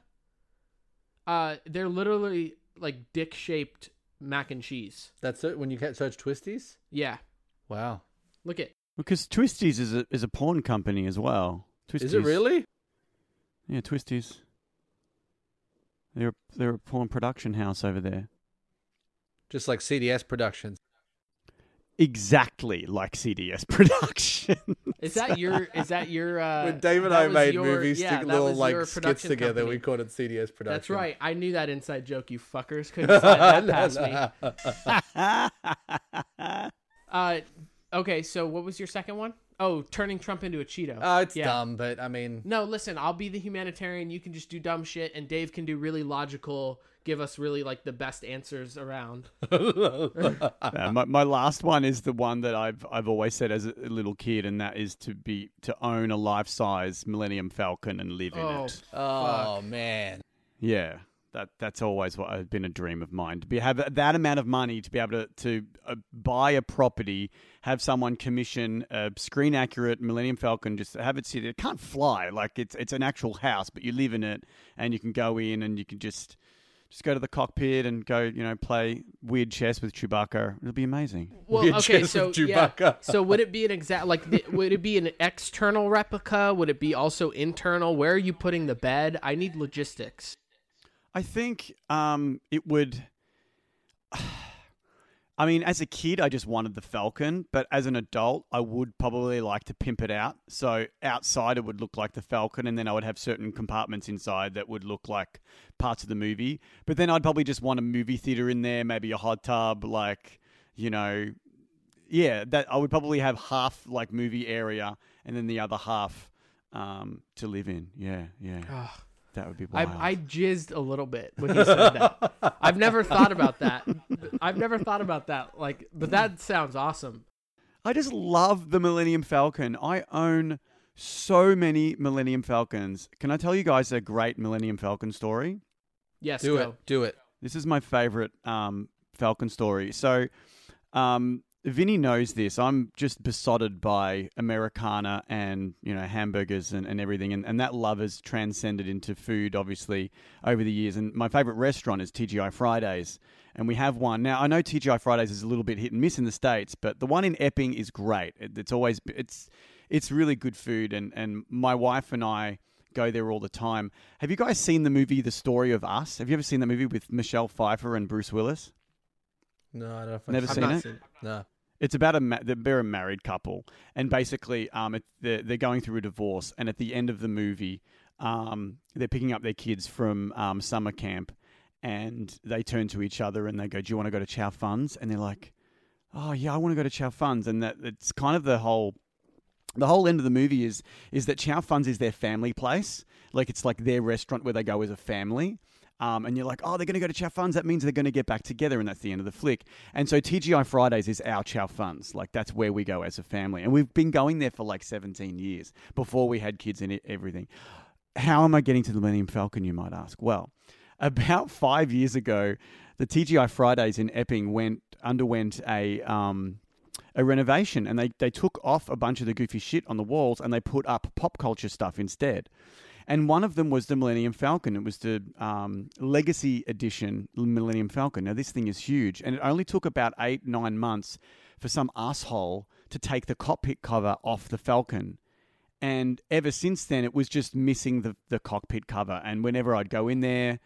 Uh, they're literally like dick shaped mac and cheese.
That's it. When you ca- search twisties,
Yeah,
wow,
look at
Because Twisties is a is a porn company as well. Twisties.
is it really?
Yeah, Twisties. They're they're a porn production house over there.
Just like CDS Productions.
Exactly like CDS production.
is that your is that your uh,
when Dave and
that
I
was
made
your-
movies,
yeah,
stick
that
little
was your
like skits
production
together.
company.
We called it CDS production.
That's right. I knew that inside joke. You fuckers couldn't slide that past me. Uh, okay, so what was your second one? Oh, turning Trump into a Cheeto.
Oh, it's
Yeah.
dumb, but I mean,
No, listen, I'll be the humanitarian. You can just do dumb shit, and Dave can do really logical, give us really like the best answers around.
oh,
Uh, my, my last one is the one that I've I've always said as a little kid, and that is to be to own a life size Millennium Falcon and live in
Oh.
it.
oh man,
Yeah, that that's always what has been a dream of mine to be have that amount of money to be able to to uh, buy a property, have someone commission a screen accurate Millennium Falcon, just have it sit. It can't fly, like it's it's an actual house, but you live in it, and you can go in and you can just. Just go to the cockpit and go, you know, play weird chess with Chewbacca. It'll be amazing.
Well,
Weird
okay,
chest
so
of
yeah.
Chewbacca.
So would it be an exact like? The, would it be an external replica? Would it be also internal? Where are you putting the bed? I need logistics.
I think um, it would. I mean, as a kid, I just wanted the Falcon, but as an adult, I would probably like to pimp it out. So outside, it would look like the Falcon, and then I would have certain compartments inside that would look like parts of the movie. But then I'd probably just want a movie theater in there, maybe a hot tub, like you know, yeah. That I would probably have half like movie area, and then the other half um, to live in. Yeah, yeah.
Ugh.
That would be wild.
Ah. I, I jizzed a little bit when you said that. I've never thought about that. I've never thought about that. Like, but that sounds awesome.
I just love the Millennium Falcon. I own so many Millennium Falcons. Can I tell you guys a great Millennium Falcon story?
Yes,
Do
go.
it. Do it.
This is my favorite um, Falcon story. So, um, Vinny knows this. I'm just besotted by Americana and you know hamburgers and, and everything, and, and that love has transcended into food, obviously, over the years. And my favorite restaurant is TGI Fridays, and we have one now. I know TGI Fridays is a little bit hit and miss in the states, but the one in Epping is great. It, it's always it's it's really good food, and and my wife and I go there all the time. Have you guys seen the movie The Story of Us? Have you ever seen that movie with Michelle Pfeiffer and Bruce Willis?
No, I don't know if I've
Never
I've
seen
not
it?
seen it.
No.
It's about a ma- they're a married couple, and basically, um, it, they're, they're going through a divorce, and at the end of the movie, um, they're picking up their kids from um, summer camp, and they turn to each other and they go, "Do you want to go to Chow Funds?" And they're like, "Oh yeah, I want to go to Chow Funds," and that it's kind of the whole the whole end of the movie is is that Chow Funds is their family place. Like it's like their restaurant where they go as a family. Um, and you're like, oh, they're going to go to Chow Funds. That means they're going to get back together, and that's the end of the flick. And so TGI Fridays is our Chow Funds. Like that's where we go as a family, and we've been going there for like 17 years before we had kids and e- everything. How am I getting to the Millennium Falcon? You might ask. Well, about five years ago, the TGI Fridays in Epping went underwent a um, a renovation and they, they took off a bunch of the goofy shit on the walls and they put up pop culture stuff instead. And one of them was the Millennium Falcon. It was the um, Legacy Edition Millennium Falcon. Now, this thing is huge and it only took about eight, nine months for some asshole to take the cockpit cover off the Falcon. And ever since then, it was just missing the, the cockpit cover. And whenever I'd go in there,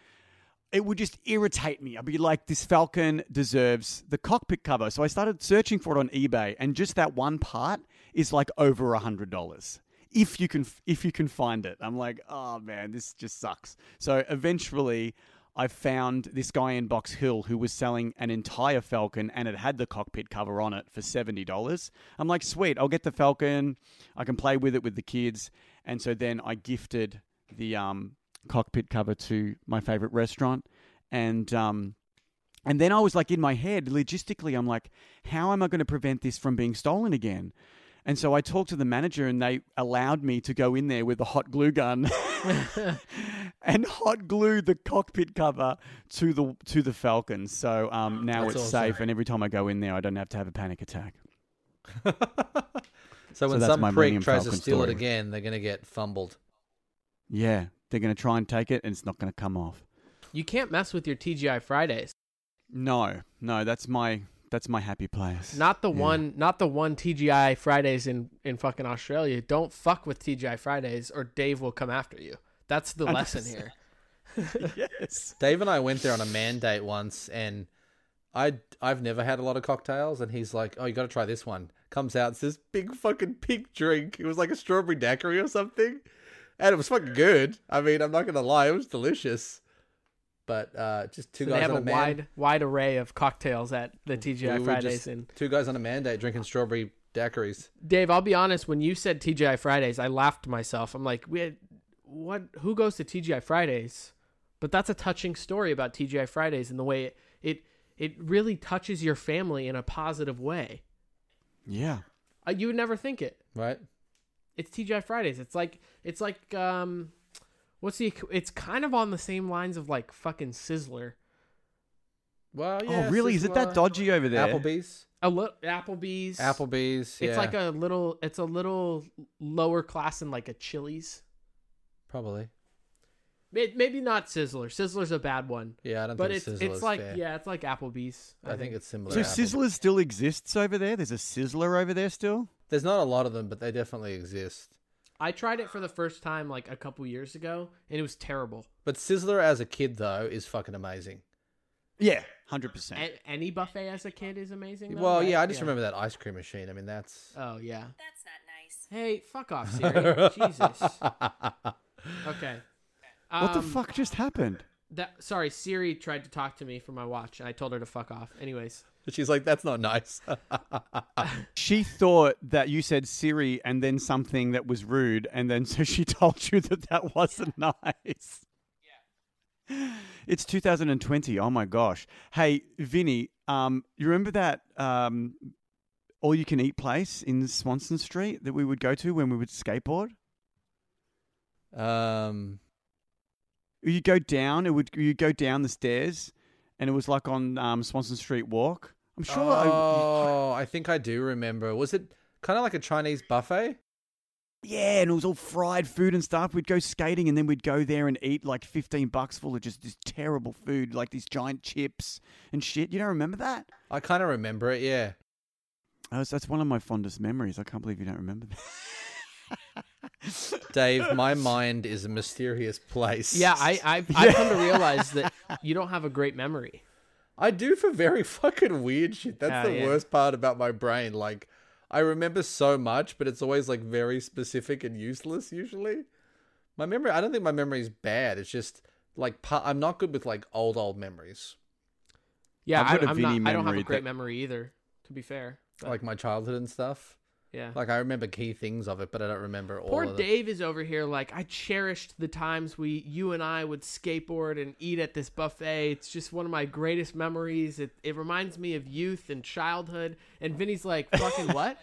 it would just irritate me. I'd be like, this Falcon deserves the cockpit cover. So I started searching for it on eBay, and just that one part is like over a hundred dollars. If you can, if you can find it, I'm like, oh man, this just sucks. So eventually, I found this guy in Box Hill who was selling an entire Falcon, and it had the cockpit cover on it for seventy dollars. I'm like, sweet, I'll get the Falcon. I can play with it with the kids. And so then I gifted the um, cockpit cover to my favorite restaurant and um and then I was like in my head logistically I'm like how am I going to prevent this from being stolen again and so I talked to the manager and they allowed me to go in there with a hot glue gun and hot glue the cockpit cover to the to the falcon so um now
That's
it's
awesome.
safe and every time I go in there I don't have to have a panic attack
So when
that's my
some prick
Millennium
tries to
Falcon
steal
story.
it again, they're gonna get fumbled.
yeah they're going to try and take it and it's not going to come off
You can't mess with your TGI Fridays.
no no that's my that's my happy place
Not the
Yeah.
one. Not the one TGI Fridays in in fucking Australia. Don't fuck with TGI Fridays, or Dave will come after you. That's the lesson here.
yes
Dave and I went there on a mandate once, and I I've never had a lot of cocktails, and he's like, "Oh, you got to try this one." Comes out, it's this big fucking pink drink. It was like a strawberry daiquiri or something, and it was fucking good. I mean, I'm not gonna lie, it was delicious. But uh, just two
So
guys
they have
on
a
a, man-
wide wide array of cocktails at the TGI
we were
Fridays
just
in
two guys on a mandate drinking strawberry daiquiris.
Dave, I'll be honest. When you said TGI Fridays, I laughed to myself. I'm like, we had, what? Who goes to TGI Fridays? But that's a touching story about TGI Fridays and the way it it, it really touches your family in a positive way.
yeah
Uh, you would never think it.
Right?
It's TGI Fridays. It's like it's like um, what's the? equ- It's kind of on the same lines of like fucking Sizzler.
Well,
oh, really? Is it that dodgy over there?
Applebee's.
A little Applebee's.
Applebee's.
It's
yeah,
like a little. It's a little lower class than like a Chili's.
probably.
May- Maybe not Sizzler. Sizzler's a bad one,
Yeah, I don't
but
think
it's
Sizzler's
it's like
fair.
yeah, it's like Applebee's.
I, think it's similar.
So
to Applebee's.
Sizzler still exists over there. There's a Sizzler over there still.
There's not a lot of them, but they definitely exist.
I tried it for the first time like a couple years ago, and it was terrible.
But Sizzler as a kid though is fucking amazing.
Yeah, hundred percent.
A- any buffet as a kid is amazing. though,
well,
right?
yeah, I just remember that ice cream machine. I mean, that's.
Oh yeah.
That's not nice.
Hey, fuck off,
Oh,
Siri. Jesus. Okay. Um,
What the fuck just happened?
That sorry, Siri tried to talk to me for my watch, and I told her to fuck off. Anyways,
She's like, that's not nice.
She thought that you said Siri and then something that was rude, and then so she told you that that wasn't nice. It's 2020. Oh my gosh. Hey, Vinny, um, you remember that um, all you can eat place in Swanson Street that we would go to when we would skateboard?
um,
You go down. It would you go down the stairs, and it was like on um, Swanson Street Walk. I'm sure. I,
Oh, I think I do remember. Was it kind of like a Chinese buffet?
yeah, and it was all fried food and stuff. We'd go skating, and then we'd go there and eat like 15 bucks full of just this terrible food, like these giant chips and shit. You don't remember that?
I kind of remember it. Yeah.
That was- that's one of my fondest memories. I can't believe you don't remember that.
Dave, my mind is a mysterious place.
yeah, I I've, I've come to realize that you don't have a great memory.
I do for very fucking weird shit. That's
Oh,
the
yeah.
worst part about my brain. Like, I remember so much, but it's always like very specific and useless. Usually, my memory. I don't think my memory is bad. It's just like pa- I'm not good with like old old memories,
Yeah,
I've
I,
got a
I'm
Vinny
not, I don't have a
memory
great
that-
memory either. To be fair, but,
like my childhood and stuff.
yeah.
Like I remember key things of it, but I don't remember all.
Poor
of them.
Dave is over here like I cherished the times we you and I would skateboard and eat at this buffet. It's just one of my greatest memories. It it reminds me of youth and childhood. And Vinny's like, fucking what?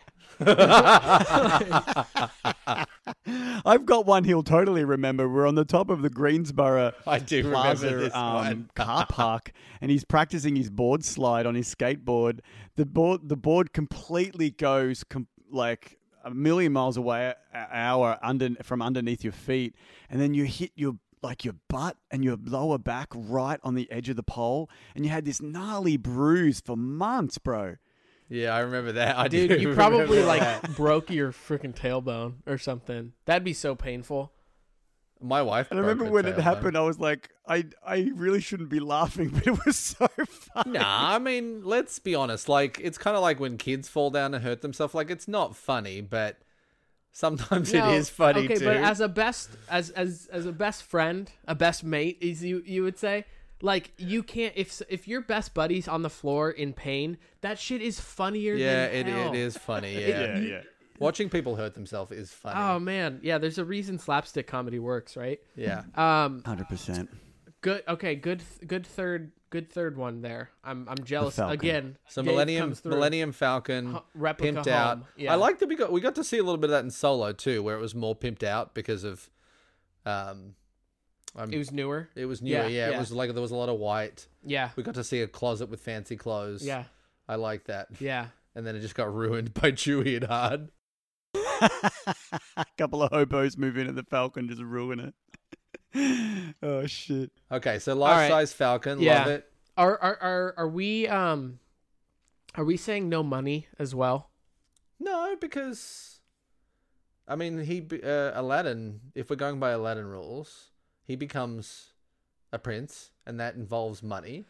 I've got one he'll totally remember. We're on the top of the Greensboro
I do remember
Plaza um,
this one.
car park, and he's practicing his board slide on his skateboard. The board the board completely goes com- like a million miles away an hour under from underneath your feet, and then you hit your like your butt and your lower back right on the edge of the pole, and you had this gnarly bruise for months, bro.
Yeah, I remember that. I do
Dude, you
remember
probably
that.
like broke your freaking tailbone or something. That'd be so painful.
my wife.
And I remember when it happened, I was like, I I really shouldn't be laughing, but it was so funny.
Nah, I mean, let's be honest. Like, it's kind of like when kids fall down and hurt themselves. Like, it's not funny, but sometimes
No,
it is funny
okay,
too.
but as a best as as as a best friend, a best mate, is you you would say, like you can't if if your best buddy's on the floor in pain, that shit is funnier.
yeah,
than
it,
hell.
it is funny. Yeah.
Yeah, yeah.
watching people hurt themselves is funny.
Oh man, yeah. There's a reason slapstick comedy works, right?
yeah,
Um,
Hundred percent.
good. Okay, good. Good third. Good third one there. I'm I'm jealous
Falcon.
again.
so
Dave
Millennium
comes through.
Millennium Falcon
Ho- replica
pimped
home,
out.
yeah.
I like that we got we got to see a little bit of that in Solo too, where it was more pimped out because of, um, I'm,
It was newer.
it was newer.
yeah,
Yeah,
yeah.
it was like there was a lot of white.
Yeah.
We got to see a closet with fancy clothes.
Yeah.
I like that.
Yeah.
And then it just got ruined by Chewy and Hard.
A couple of hobos move into the Falcon, just ruin it. oh shit!
Okay, so
right.
life size Falcon,
Yeah.
love it.
Are are are are we um are we saying no money as well?
No, because I mean, he be- uh, Aladdin. If we're going by Aladdin rules, he becomes a prince, and that involves money.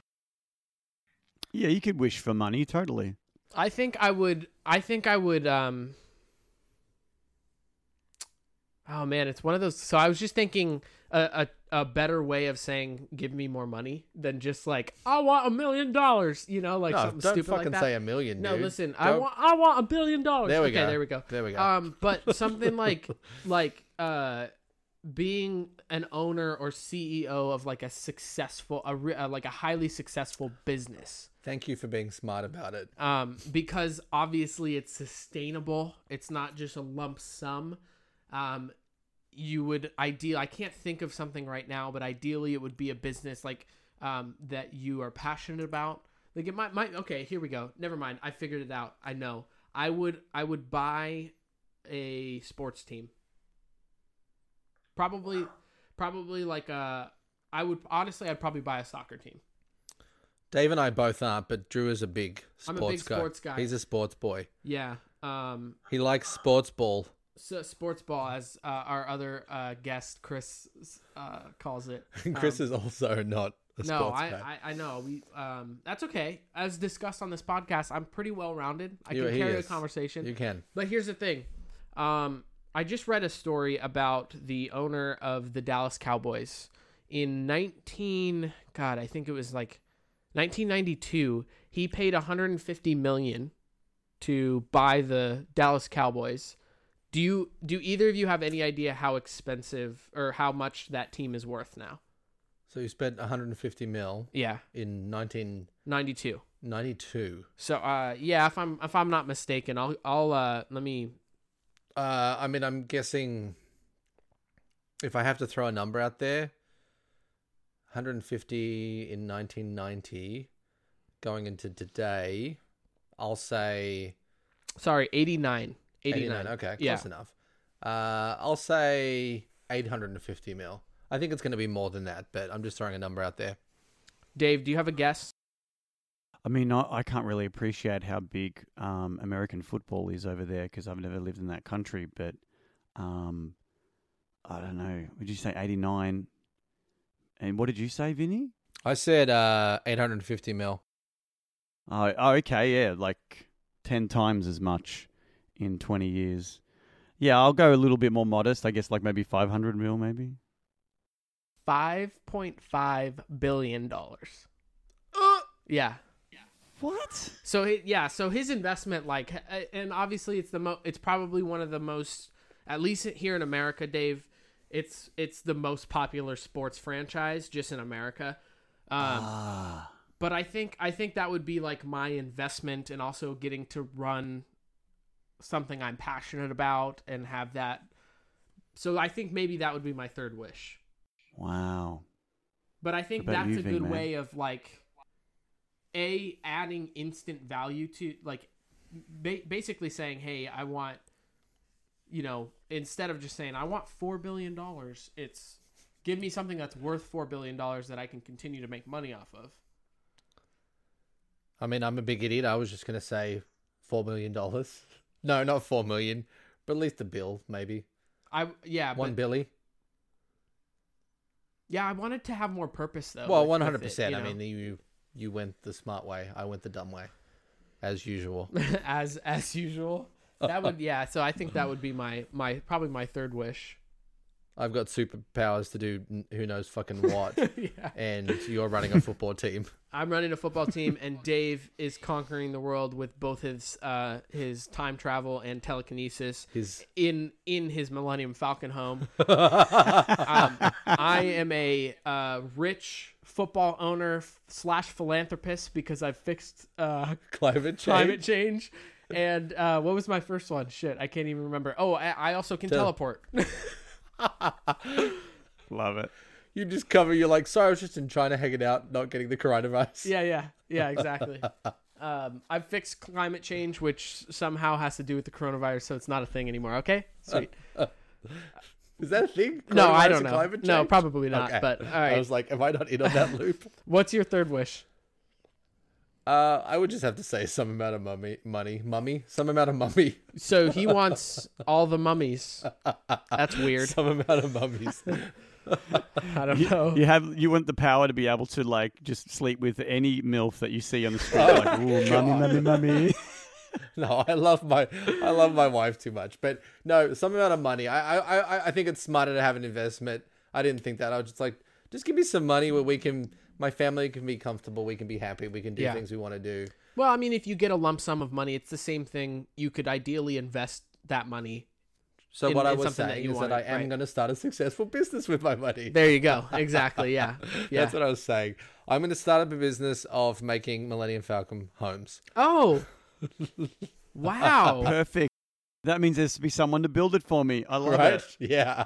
Yeah, you could wish for money, totally.
I think I would I think I would um Oh man, it's one of those so I was just thinking a a, a better way of saying give me more money than just like I want a million dollars, you know, like
no,
something
don't
stupid like
fucking
that.
say a million.
No,
dude.
listen. I
Go-
want I want a billion dollars.
There we
okay,
go.
there we go.
There we go.
Um, but something like like uh being an owner or CEO of like a successful a re- uh, like a highly successful business.
Thank you for being smart about it.
Um because obviously it's sustainable. It's not just a lump sum. Um you would ideal I can't think of something right now, but ideally it would be a business like um that you are passionate about. Like it might might okay, here we go. Never mind. I figured it out. I know. I would I would buy a sports team. Probably probably like a I would honestly I'd probably buy a soccer team.
Dave and I both aren't, but Drew is a big
I'm
sports
a big
guy.
sports guy.
He's a sports boy.
Yeah. Um
He likes sports ball.
so sports ball as uh, our other uh, guest Chris uh, calls it.
Chris is also not The
no,
sports
I,
guy.
I I know we um that's okay. As discussed on this podcast, I'm pretty well rounded. I
You-
can
he
carry
is.
a conversation.
You can.
But here's the thing. Um, I just read a story about the owner of the Dallas Cowboys in 19 God, I think it was like 1992. He paid 150 million to buy the Dallas Cowboys. Do you do either of you have any idea how expensive or how much that team is worth now?
So you spent 150 mil
Yeah,
in 1992.
92. So uh yeah, if I'm if I'm not mistaken, I'll I'll uh let me
Uh, I mean, I'm guessing if I have to throw a number out there, 150 in 1990, going into today, I'll say
sorry, 89. 89.
89. Okay, close
yeah.
enough. Uh, I'll say 850 mil. I think it's going to be more than that, but I'm just throwing a number out there.
Dave, do you have a guess?
I mean, I, I can't really appreciate how big um, American football is over there because I've never lived in that country. But um, I don't know. Would you say eighty nine? And what did you say, Vinny?
I said uh, 850 mil.
Oh, oh, okay, yeah, like ten times as much in twenty years. Yeah, I'll go a little bit more modest. I guess like maybe five hundred mil, maybe.
Five point five billion dollars. yeah.
Uh. What?
So he, yeah. So his investment, like, uh, and obviously it's the mo. It's probably one of the most, at least here in America, Dave. It's it's the most popular sports franchise just in America. Um,
Ah,
but I think I think that would be like my investment and also getting to run something I'm passionate about and have that. So I think maybe that would be my third wish.
wow.
But I think
What about
that's
you,
a
Ving,
good
man?
way of like a adding instant value to like ba- basically saying, "Hey, I want you know, instead of just saying I want 4 billion dollars, it's give me something that's worth 4 billion dollars that I can continue to make money off of."
I mean, I'm a big idiot. I was just gonna say four million dollars. No, not four million, but at least a bill, maybe
I yeah,
one
but,
billy.
yeah, I wanted to have more purpose though. with-
well,
with
one
it,
hundred percent.
you
I
know?
mean, you you went the smart way. I went the dumb way, as usual.
as as usual. That would yeah, so I think that would be my my probably my third wish.
I've got superpowers to do n- who knows fucking what,
yeah.
and you're running a football team.
I'm running a football team, and Dave is conquering the world with both his uh, his time travel and telekinesis
His
in in his Millennium Falcon home. um, I am a uh, rich football owner slash philanthropist because I've fixed uh,
climate change.
climate change. And uh, what was my first one? Shit, I can't even remember. Oh, I, I also can teleport.
Love it.
You just cover. You're like, sorry, I was just in China hanging out, not getting the coronavirus.
Yeah, yeah, yeah, exactly. um, I've fixed climate change, which somehow has to do with the coronavirus, so it's not a thing anymore. Okay, sweet.
Is that a thing?
no, I
Uh, Coronavirus
don't
and
know.
climate
No,
change?
probably not.
Okay.
But all
I
right,
was like, am I not in on that loop?
what's your third wish?
Uh, I would just have to say some amount of mummy, money, mummy, some amount of mummy,
So he wants all the mummies. That's weird.
some amount of mummies.
I don't know.
You have you want the power to be able to like just sleep with any milf that you see on the street. like, ooh, mummy, mummy, mummy.
no, I love my, I love my wife too much, but no, some amount of money. I, I, I, I think it's smarter to have an investment. I didn't think that. I was just like, just give me some money where we can, my family can be comfortable, we can be happy, we can do
Yeah.
things we want to do.
Well, I mean, if you get a lump sum of money, it's the same thing. You could ideally invest that money.
So
In-
what I
in
was
something that
saying
you
is that
wanted,
I am
right.
going to start a successful business with my money.
There you go. Exactly. Yeah. Yeah.
That's what I was saying. I'm going to start up a business of making Millennium Falcon homes.
Oh. Wow.
Perfect. That means there's to be someone to build it for me. I love
right?
it.
Yeah.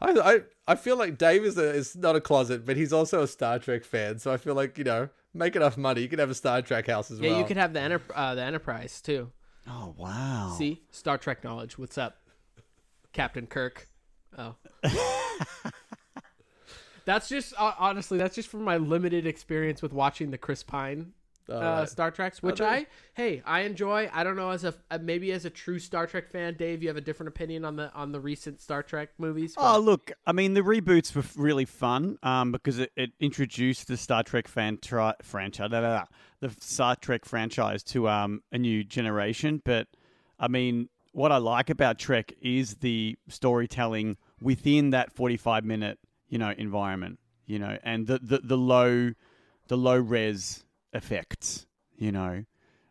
I, I I feel like Dave is a, is not a closet, but he's also a Star Trek fan. So I feel like you know, make enough money, you can have a Star Trek house as well.
Yeah, you could have the enter- uh, the Enterprise too.
Oh wow.
See, Star Trek knowledge. What's up, Captain Kirk? Oh, that's just uh, honestly, that's just from my limited experience with watching the Chris Pine uh, Star Treks, which
they?
I hey I enjoy. I don't know as a uh, maybe as a true Star Trek fan, Dave, you have a different opinion on the on the recent Star Trek movies.
Oh,
but-
look, I mean, the reboots were f- really fun um, because it, it introduced the Star Trek fan tri- franchise, blah, blah, blah, the Star Trek franchise to um, a new generation. But I mean, what I like about Trek is the storytelling within that 45 minute, you know, environment, you know, and the, the, the low, the low res effects, you know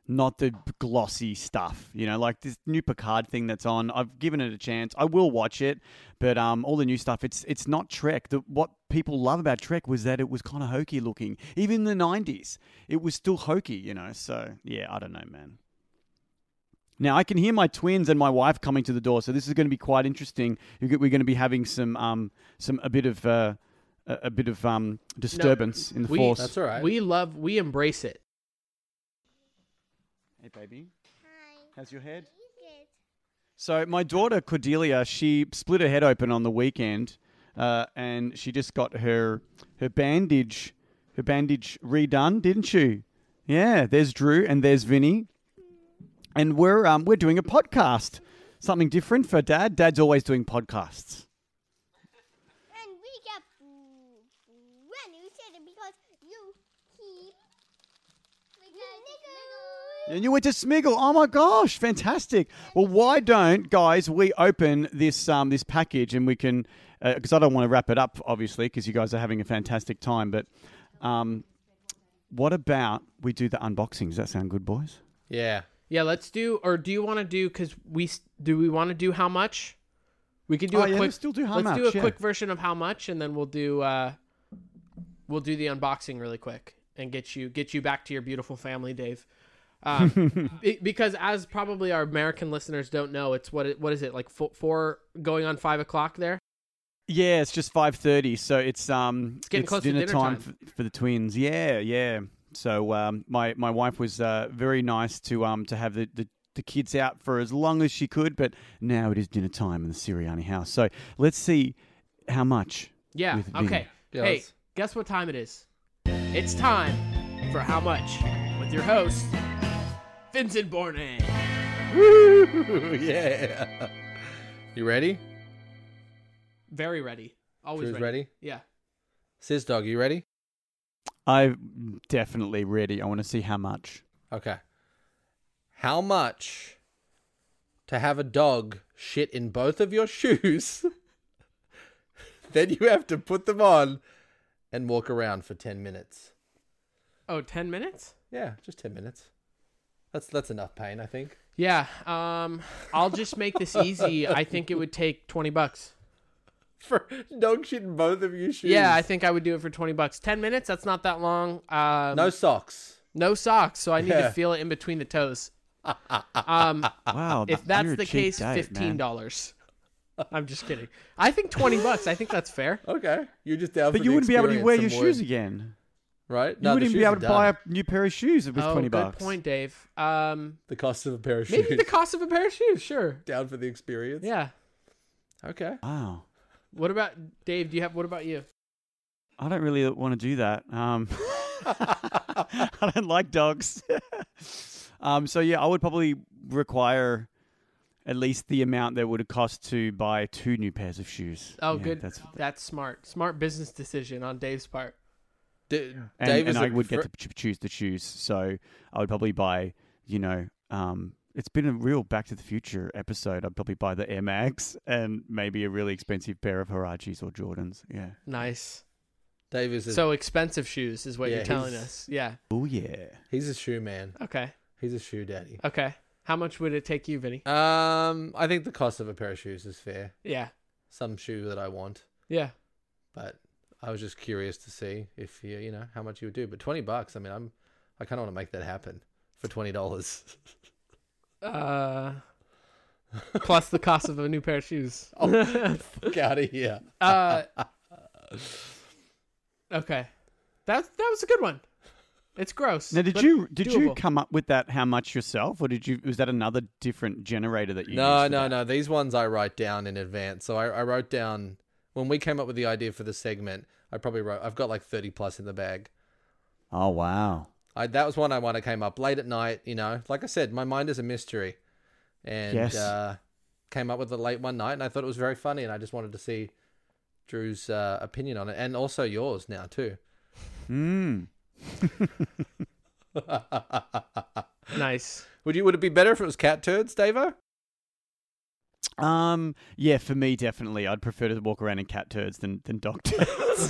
not the glossy stuff. You know, like this new Picard thing that's on. I've given it a chance. I will watch it, but um, all the new stuff. It's it's not Trek. The, what people love about Trek was that it was kind of hokey looking. Even in the '90s, it was still hokey. You know, so yeah, I don't know, man. Now I can hear my twins and my wife coming to the door, so this is going to be quite interesting. We're going to be having some um some a bit of uh, a a bit of um disturbance in the
we-
force.
That's all right.
we love we embrace it.
Hey, baby,
Hi.
how's your head?
Good.
So my daughter Cordelia, she split her head open on the weekend, uh, and she just got her her bandage her bandage redone, didn't she? Yeah, there's Drew and there's Vinny, and we're um, we're doing a podcast, something different for Dad. Dad's always doing podcasts.
And we get brand new city because you keep you
And you went to Smiggle. Oh my gosh, fantastic! Well, why don't guys we open this um this package and we can because I don't want to wrap it up obviously because you guys are having a fantastic time. But um, what about we do the unboxing? Does that sound good, boys?
yeah.
Yeah, let's do. Or do you want to do? Because we s- do we want to do how much? We can do
Oh,
a
yeah,
quick.
let's still do how
let's do a
much, yeah.
quick version of how much, and then we'll do. uh We'll do the unboxing really quick and get you get you back to your beautiful family, Dave. Um, be- because as probably our American listeners don't know, it's what it, what is it like four, four going on five o'clock there.
Yeah, it's just five thirty, so it's um it's
getting close to
dinner,
dinner
time,
time.
f- for the twins. Yeah, yeah. So um, my my wife was uh, very nice to um to have the, the the kids out for as long as she could, but now it is dinner time in the Sirianni house. So let's see how much.
Yeah.
With Vinny.
okay.
Yeah,
hey,
let's-
guess what time it is? It's time for how much with your host Vincent Bornay.
Woo! yeah. You ready?
Very ready. Always
Drew's
ready.
ready?
Yeah.
Sis dog, you ready?
I'm definitely ready. I want to see how much.
Okay. How much to have a dog shit in both of your shoes? then you have to put them on and walk around for 10 minutes.
Oh, 10 minutes?
Yeah, just 10 minutes. That's that's enough pain, I think.
Yeah. Um, I'll just make this easy. I think it would take 20 bucks.
For dog shit in both of your shoes.
Yeah, I think I would do it for 20 bucks. 10 minutes? That's not that long. Um,
no
no.
socks.
socks, so I need
Yeah.
to feel it in between the toes. Um,
Wow.
if
you're
that's
a
the
cheap
case,
date, man.
$15. I'm just kidding. I think 20 bucks. I think that's fair.
Okay. You're just down
But
for
you
the
wouldn't be able to
experience,
wear
some
your shoes
wood,
again.
Right?
You wouldn't even be able to buy a new pair of shoes with
oh,
twenty
good
bucks.
point, Dave. Um,
the cost of a pair of shoes.
maybe the cost of a pair of shoes. Sure.
down for the experience.
Yeah.
Okay.
Wow.
What about Dave? Do you have? What about you?
I don't really want to do that. Um, I don't like dogs. um, so yeah, I would probably require at least the amount that would have cost to buy two new pairs of shoes.
Oh,
Yeah,
good.
That's
That's, smart. Smart business decision on Dave's part.
D-
and,
Dave is
and I
a
would get
fr-
to ch- choose the shoes. So I would probably buy, you know, um, it's been a real Back to the Future episode. I'd probably buy the Air Max and maybe a really expensive pair of Harachis or Jordans. Yeah.
Nice.
Dave is a,
So expensive shoes is what
Yeah,
you're telling
he's-
us. Yeah.
Oh yeah.
he's a shoe man.
Okay.
He's a shoe daddy.
Okay. How much would it take you, Vinny?
Um, I think the cost of a pair of shoes is fair.
Yeah.
Some shoe that I want,
Yeah.
but I was just curious to see if you, you know, how much you would do. But twenty bucks, I mean, I'm, I kind of want to make that happen for twenty dollars.
Uh, plus the cost of a new pair of shoes.
Oh.
Fuck out of here.
Uh, okay. That that was a good one. It's gross.
Now, did
but
you did you
doable.
come up with that how much yourself, or did you was that another different generator that you?
No,
used for
no,
that?
no. These ones I write down in advance. So I, I wrote down when we came up with the idea for the segment. I probably wrote. I've got like thirty plus in the bag.
Oh wow,
I, that was one I one that came up late at night. You know, like I said, my mind is a mystery, and
Yes.
uh, came up with it late one night, and I thought it was very funny, and I just wanted to see Drew's uh, opinion on it, and also yours now too.
Mm.
Nice.
Would you? Would it be better if it was cat turds, Davo?
Um, yeah, for me, definitely. I'd prefer to walk around in cat turds than, than dog turds.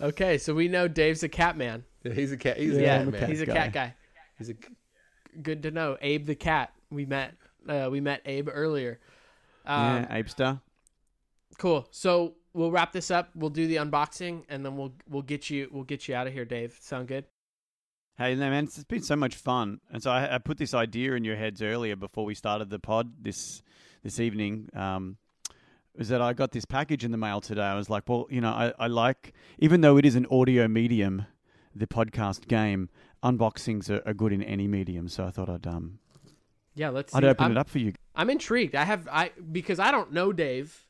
Okay, so we know Dave's a cat man.
Yeah, he's a cat. He's a
Yeah, I'm
cat
a
man.
cat.
He's a
guy.
cat guy.
He's a
Good to know. Abe the cat. We met. Uh, we met Abe earlier. Um,
yeah, apester.
Cool. So we'll wrap this up. We'll do the unboxing, and then we'll we'll get you we'll get you out of here, Dave. Sound good?
Hey, no, man, it's it's been so much fun. And so I, I put this idea in your heads earlier before we started the pod this this evening. Um, was that I got this package in the mail today? I was like, well, you know, I, I like even though it is an audio medium, the podcast game unboxings are, are good in any medium. So I thought I'd um
Yeah. Let's.
I'd
see.
open
I'm-
it up for you.
I'm intrigued. I have I because I don't know Dave.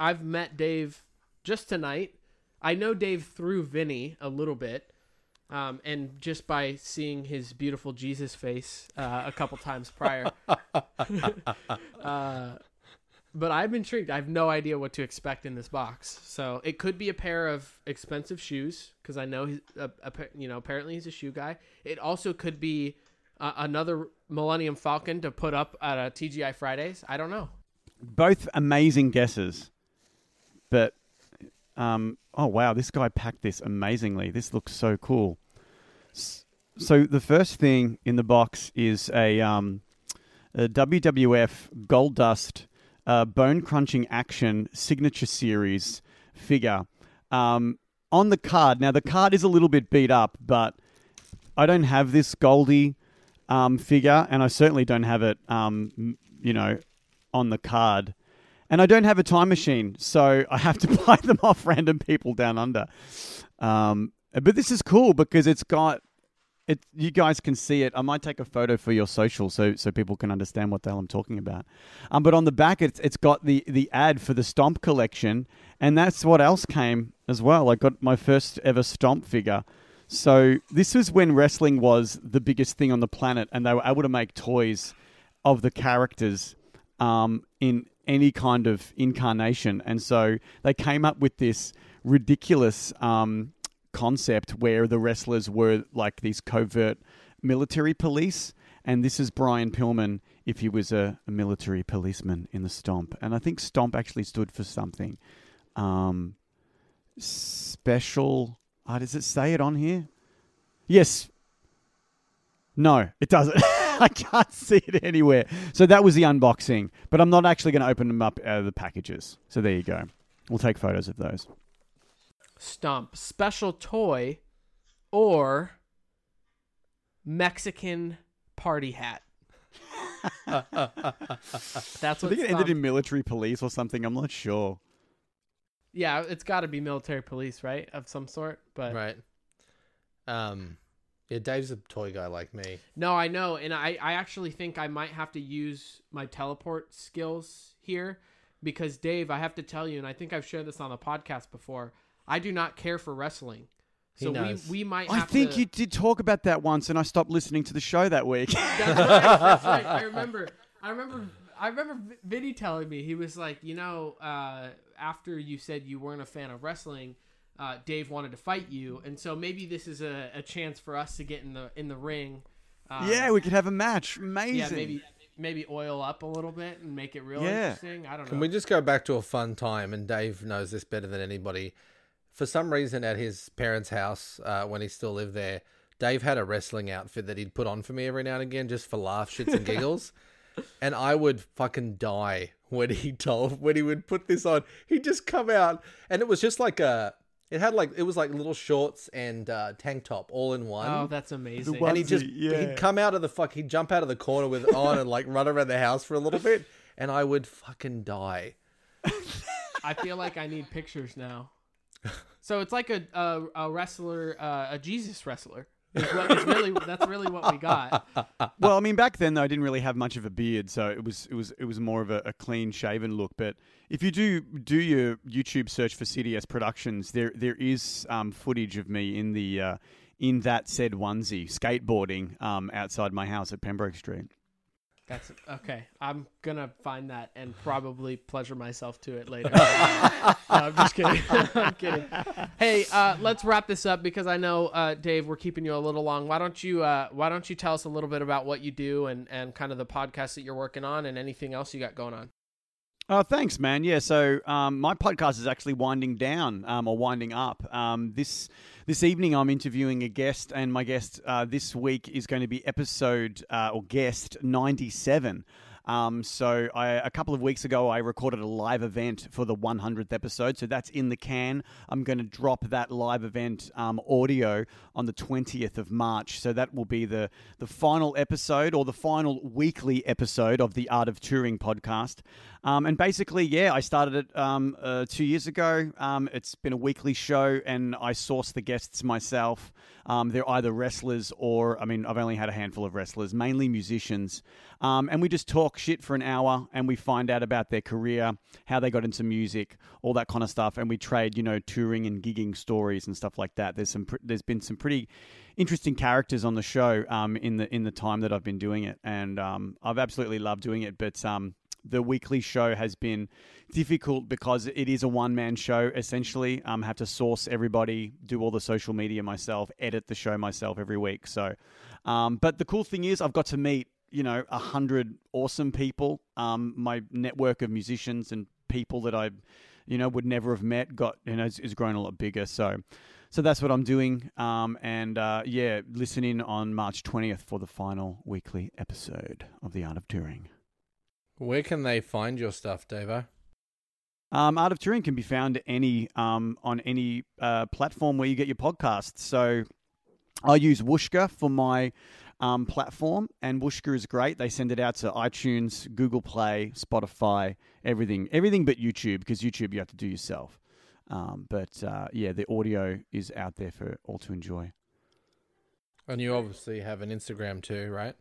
I've met Dave just tonight. I know Dave through Vinny a little bit, um, and just by seeing his beautiful Jesus face uh, a couple times prior. uh, but I'm intrigued. I have no idea what to expect in this box. So it could be a pair of expensive shoes because I know he's a, a, pa- you know apparently he's a shoe guy. It also could be uh, another Millennium Falcon to put up at uh, TGI Fridays. I don't know.
Both amazing guesses, but um oh wow, this guy packed this amazingly. This looks so cool. S- So the first thing in the box is a um a WWF Gold Dust uh, Bone Crunching Action Signature Series figure. Um, on the card, now the card is a little bit beat up, but I don't have this Goldie um, figure, and I certainly don't have it, um, m- you know, on the card. And I don't have a time machine, so I have to buy them off random people down under. Um, but this is cool because it's got it you guys can see it. I might take a photo for your social so so people can understand what the hell I'm talking about. Um, but on the back it's it's got the the ad for the Stomp collection, and that's what else came as well. I got my first ever Stomp figure. So this was when wrestling was the biggest thing on the planet, and they were able to make toys of the characters um, in any kind of incarnation. And so they came up with this ridiculous um, concept where the wrestlers were like these covert military police. And this is Brian Pillman if he was a, a military policeman in the Stomp. And I think Stomp actually stood for something um, special. Uh, does it say it on here? Yes, no, it doesn't. I can't see it anywhere. So that was the unboxing, but I'm not actually going to open them up out of the packages. So there you go. We'll take photos of those.
Stomp special toy or Mexican party hat. That's
I
what
think it
Stomp-
ended in military police or something. I'm not sure.
Yeah, it's got to be military police, right, of some sort. But
right. Um, yeah, Dave's a toy guy like me.
no, I know, and I I actually think I might have to use my teleport skills here because Dave, I have to tell you, and I think I've shared this on the podcast before. I do not care for wrestling,
He
so we
knows.
we might.
I
have
think
to...
you did talk about that once, and I stopped listening to the show that week.
That's right, that's right. I remember. I remember. I remember Vi- Vinny telling me he was like, you know, uh, after you said you weren't a fan of wrestling, uh, Dave wanted to fight you, and so maybe this is a, a chance for us to get in the in the ring. Um,
yeah, we could have a match. Amazing.
yeah, maybe maybe oil up a little bit and make it real
Yeah.
interesting. I don't know.
Can we just go back to a fun time? And Dave knows this better than anybody. For some reason, at his parents' house, uh, when he still lived there, Dave had a wrestling outfit that he'd put on for me every now and again, just for laugh, shits, and giggles. and I would fucking die when he told when he would put this on. He'd just come out, and it was just like a. It had like it was like little shorts and uh, tank top all in one.
oh, that's amazing.
one-
and he just
Yeah.
he'd come out of the fuck he'd jump out of the corner with it on and like run around the house for a little bit and i would fucking die
I feel like I need pictures now. So it's like a a, a wrestler, uh, a Jesus wrestler. Is what, is really, that's really what we got.
Well, I mean, back then though, I didn't really have much of a beard, so it was it was it was more of a, a clean shaven look. But if you do do your YouTube search for CDS Productions, there there is um, footage of me in the uh, in that said onesie skateboarding um, outside my house at Pembroke Street.
That's okay. I'm gonna find that and probably pleasure myself to it later. No, I'm just kidding. I'm kidding. Hey, uh, let's wrap this up because I know, uh, Dave, we're keeping you a little long. Why don't you uh, Why don't you tell us a little bit about what you do and and kind of the podcast that you're working on and anything else you got going on?
Oh, thanks, man. Yeah, so um, my podcast is actually winding down um, or winding up. Um, this this evening, I'm interviewing a guest, and my guest uh, this week is going to be episode uh, or guest 97. Um, so I, a couple of weeks ago, I recorded a live event for the 100th episode, so that's in the can. I'm going to drop that live event um, audio on the 20th of March, so that will be the the final episode or the final weekly episode of the Art of Touring podcast. Um, and basically, yeah, I started it um, uh, two years ago. Um, it's been a weekly show, and I source the guests myself. Um, they're either wrestlers or, I mean, I've only had a handful of wrestlers, mainly musicians. Um, and we just talk shit for an hour and we find out about their career, how they got into music, all that kind of stuff. And we trade, you know, touring and gigging stories and stuff like that. There's some, pr- there's been some pretty interesting characters on the show um, in the in the time that I've been doing it, and um, I've absolutely loved doing it. But um, the weekly show has been difficult because it is a one man show essentially. Um, I have to source everybody, do all the social media myself, edit the show myself every week. So, um, but the cool thing is, I've got to meet you know a hundred awesome people. Um, my network of musicians and people that I, you know, would never have met got you know is, is grown a lot bigger. So. So that's what I'm doing. Um, and uh, yeah, listen in on March 20th for the final weekly episode of The Art of Touring.
Where can they find your stuff, Davo?
Um, Art of Touring can be found any um, on any uh, platform where you get your podcasts. So I use Wooshka for my um, platform, and Wooshka is great. They send it out to iTunes, Google Play, Spotify, everything, everything but YouTube because YouTube you have to do yourself. Um, but uh, yeah, the audio is out there for all to enjoy.
And you obviously have an Instagram too, right?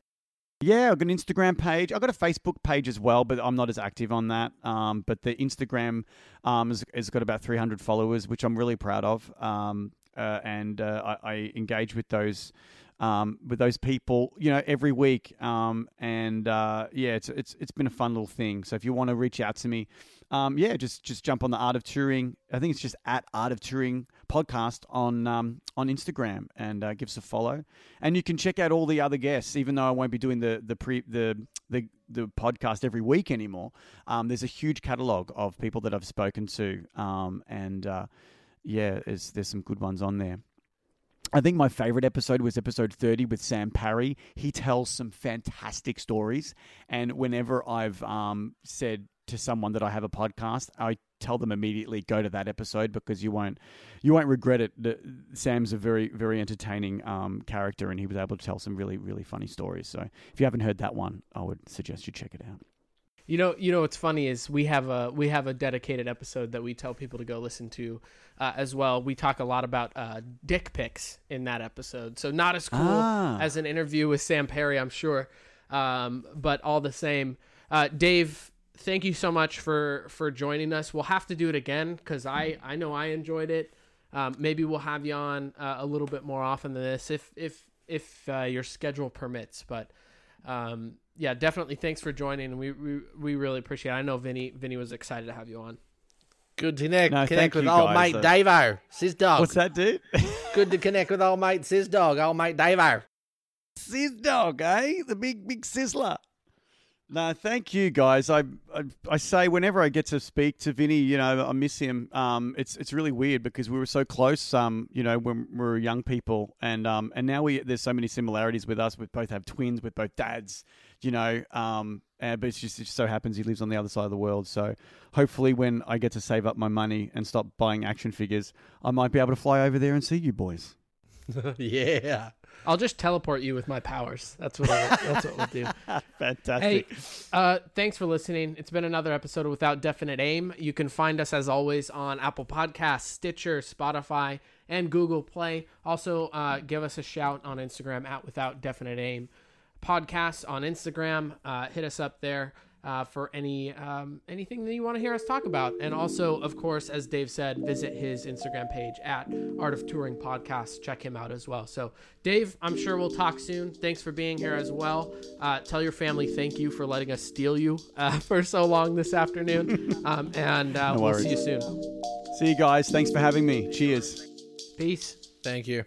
Yeah, I've got an Instagram page. I've got a Facebook page as well, but I'm not as active on that. Um, but the Instagram um, has, has got about 300 followers, which I'm really proud of. Um, uh, and uh, I, I engage with those um, with those people, you know, every week. Um, and uh, yeah, it's, it's it's been a fun little thing. So if you want to reach out to me, um, yeah, just just jump on the Art of Touring. I think it's just at Art of Touring podcast on um, on Instagram and uh, give us a follow. And you can check out all the other guests, even though I won't be doing the the pre the the, the podcast every week anymore. Um, there's a huge catalog of people that I've spoken to, um, and uh, yeah, there's, there's some good ones on there. I think my favorite episode was episode 30 with Sam Parry. He tells some fantastic stories. And whenever I've um, said to someone that I have a podcast, I tell them immediately go to that episode because you won't you won't regret it. The, Sam's a very very entertaining um, character, and he was able to tell some really really funny stories. So if you haven't heard that one, I would suggest you check it out.
You know, you know what's funny is we have a we have a dedicated episode that we tell people to go listen to uh, as well. We talk a lot about uh, dick pics in that episode, so not as cool
Ah.
as an interview with Sam Perry, I'm sure, um, but all the same, uh, Dave, thank you so much for for joining us. We'll have to do it again because I I know I enjoyed it. Um, maybe we'll have you on uh, a little bit more often than this if if if uh, your schedule permits, but um, yeah, definitely. Thanks for joining. We, we we really appreciate. it. I know Vinny Vinny was excited to have you on.
Good to connect,
No, thank
connect with
you
old
guys. Uh,
mate Davo, sis dog.
What's that, dude?
Good to connect with old mate sis dog, old mate Davo.
Sis dog, eh? The big, big sizzler. No, thank you guys. I, I I say whenever I get to speak to Vinny, you know, I miss him. Um, it's it's really weird because we were so close. Um, you know, when we were young people, and um, and now we there's so many similarities with us. We both have twins. We're both dads. You know, um, and, but it's just it just so happens he lives on the other side of the world. So hopefully, when I get to save up my money and stop buying action figures, I might be able to fly over there and see you boys.
yeah.
I'll just teleport you with my powers. That's what I, that's what we'll do. Hey,
Fantastic.
uh, thanks for listening. It's been another episode of Without Definite Aim. You can find us as always on Apple Podcasts, Stitcher, Spotify, and Google Play. Also, uh, give us a shout on Instagram at Without Definite Aim Podcasts on Instagram. Uh, hit us up there. Uh, for any um, anything that you want to hear us talk about, and also, of course, as Dave said, visit his Instagram page at Art of Touring Podcast. Check him out as well. So, Dave, I'm sure we'll talk soon. Thanks for being here as well. Uh, tell your family thank you for letting us steal you uh, for so long this afternoon, um, and uh,
No
we'll see you
worries.
soon.
See you guys. Thanks for having me. Cheers.
Peace.
Thank you.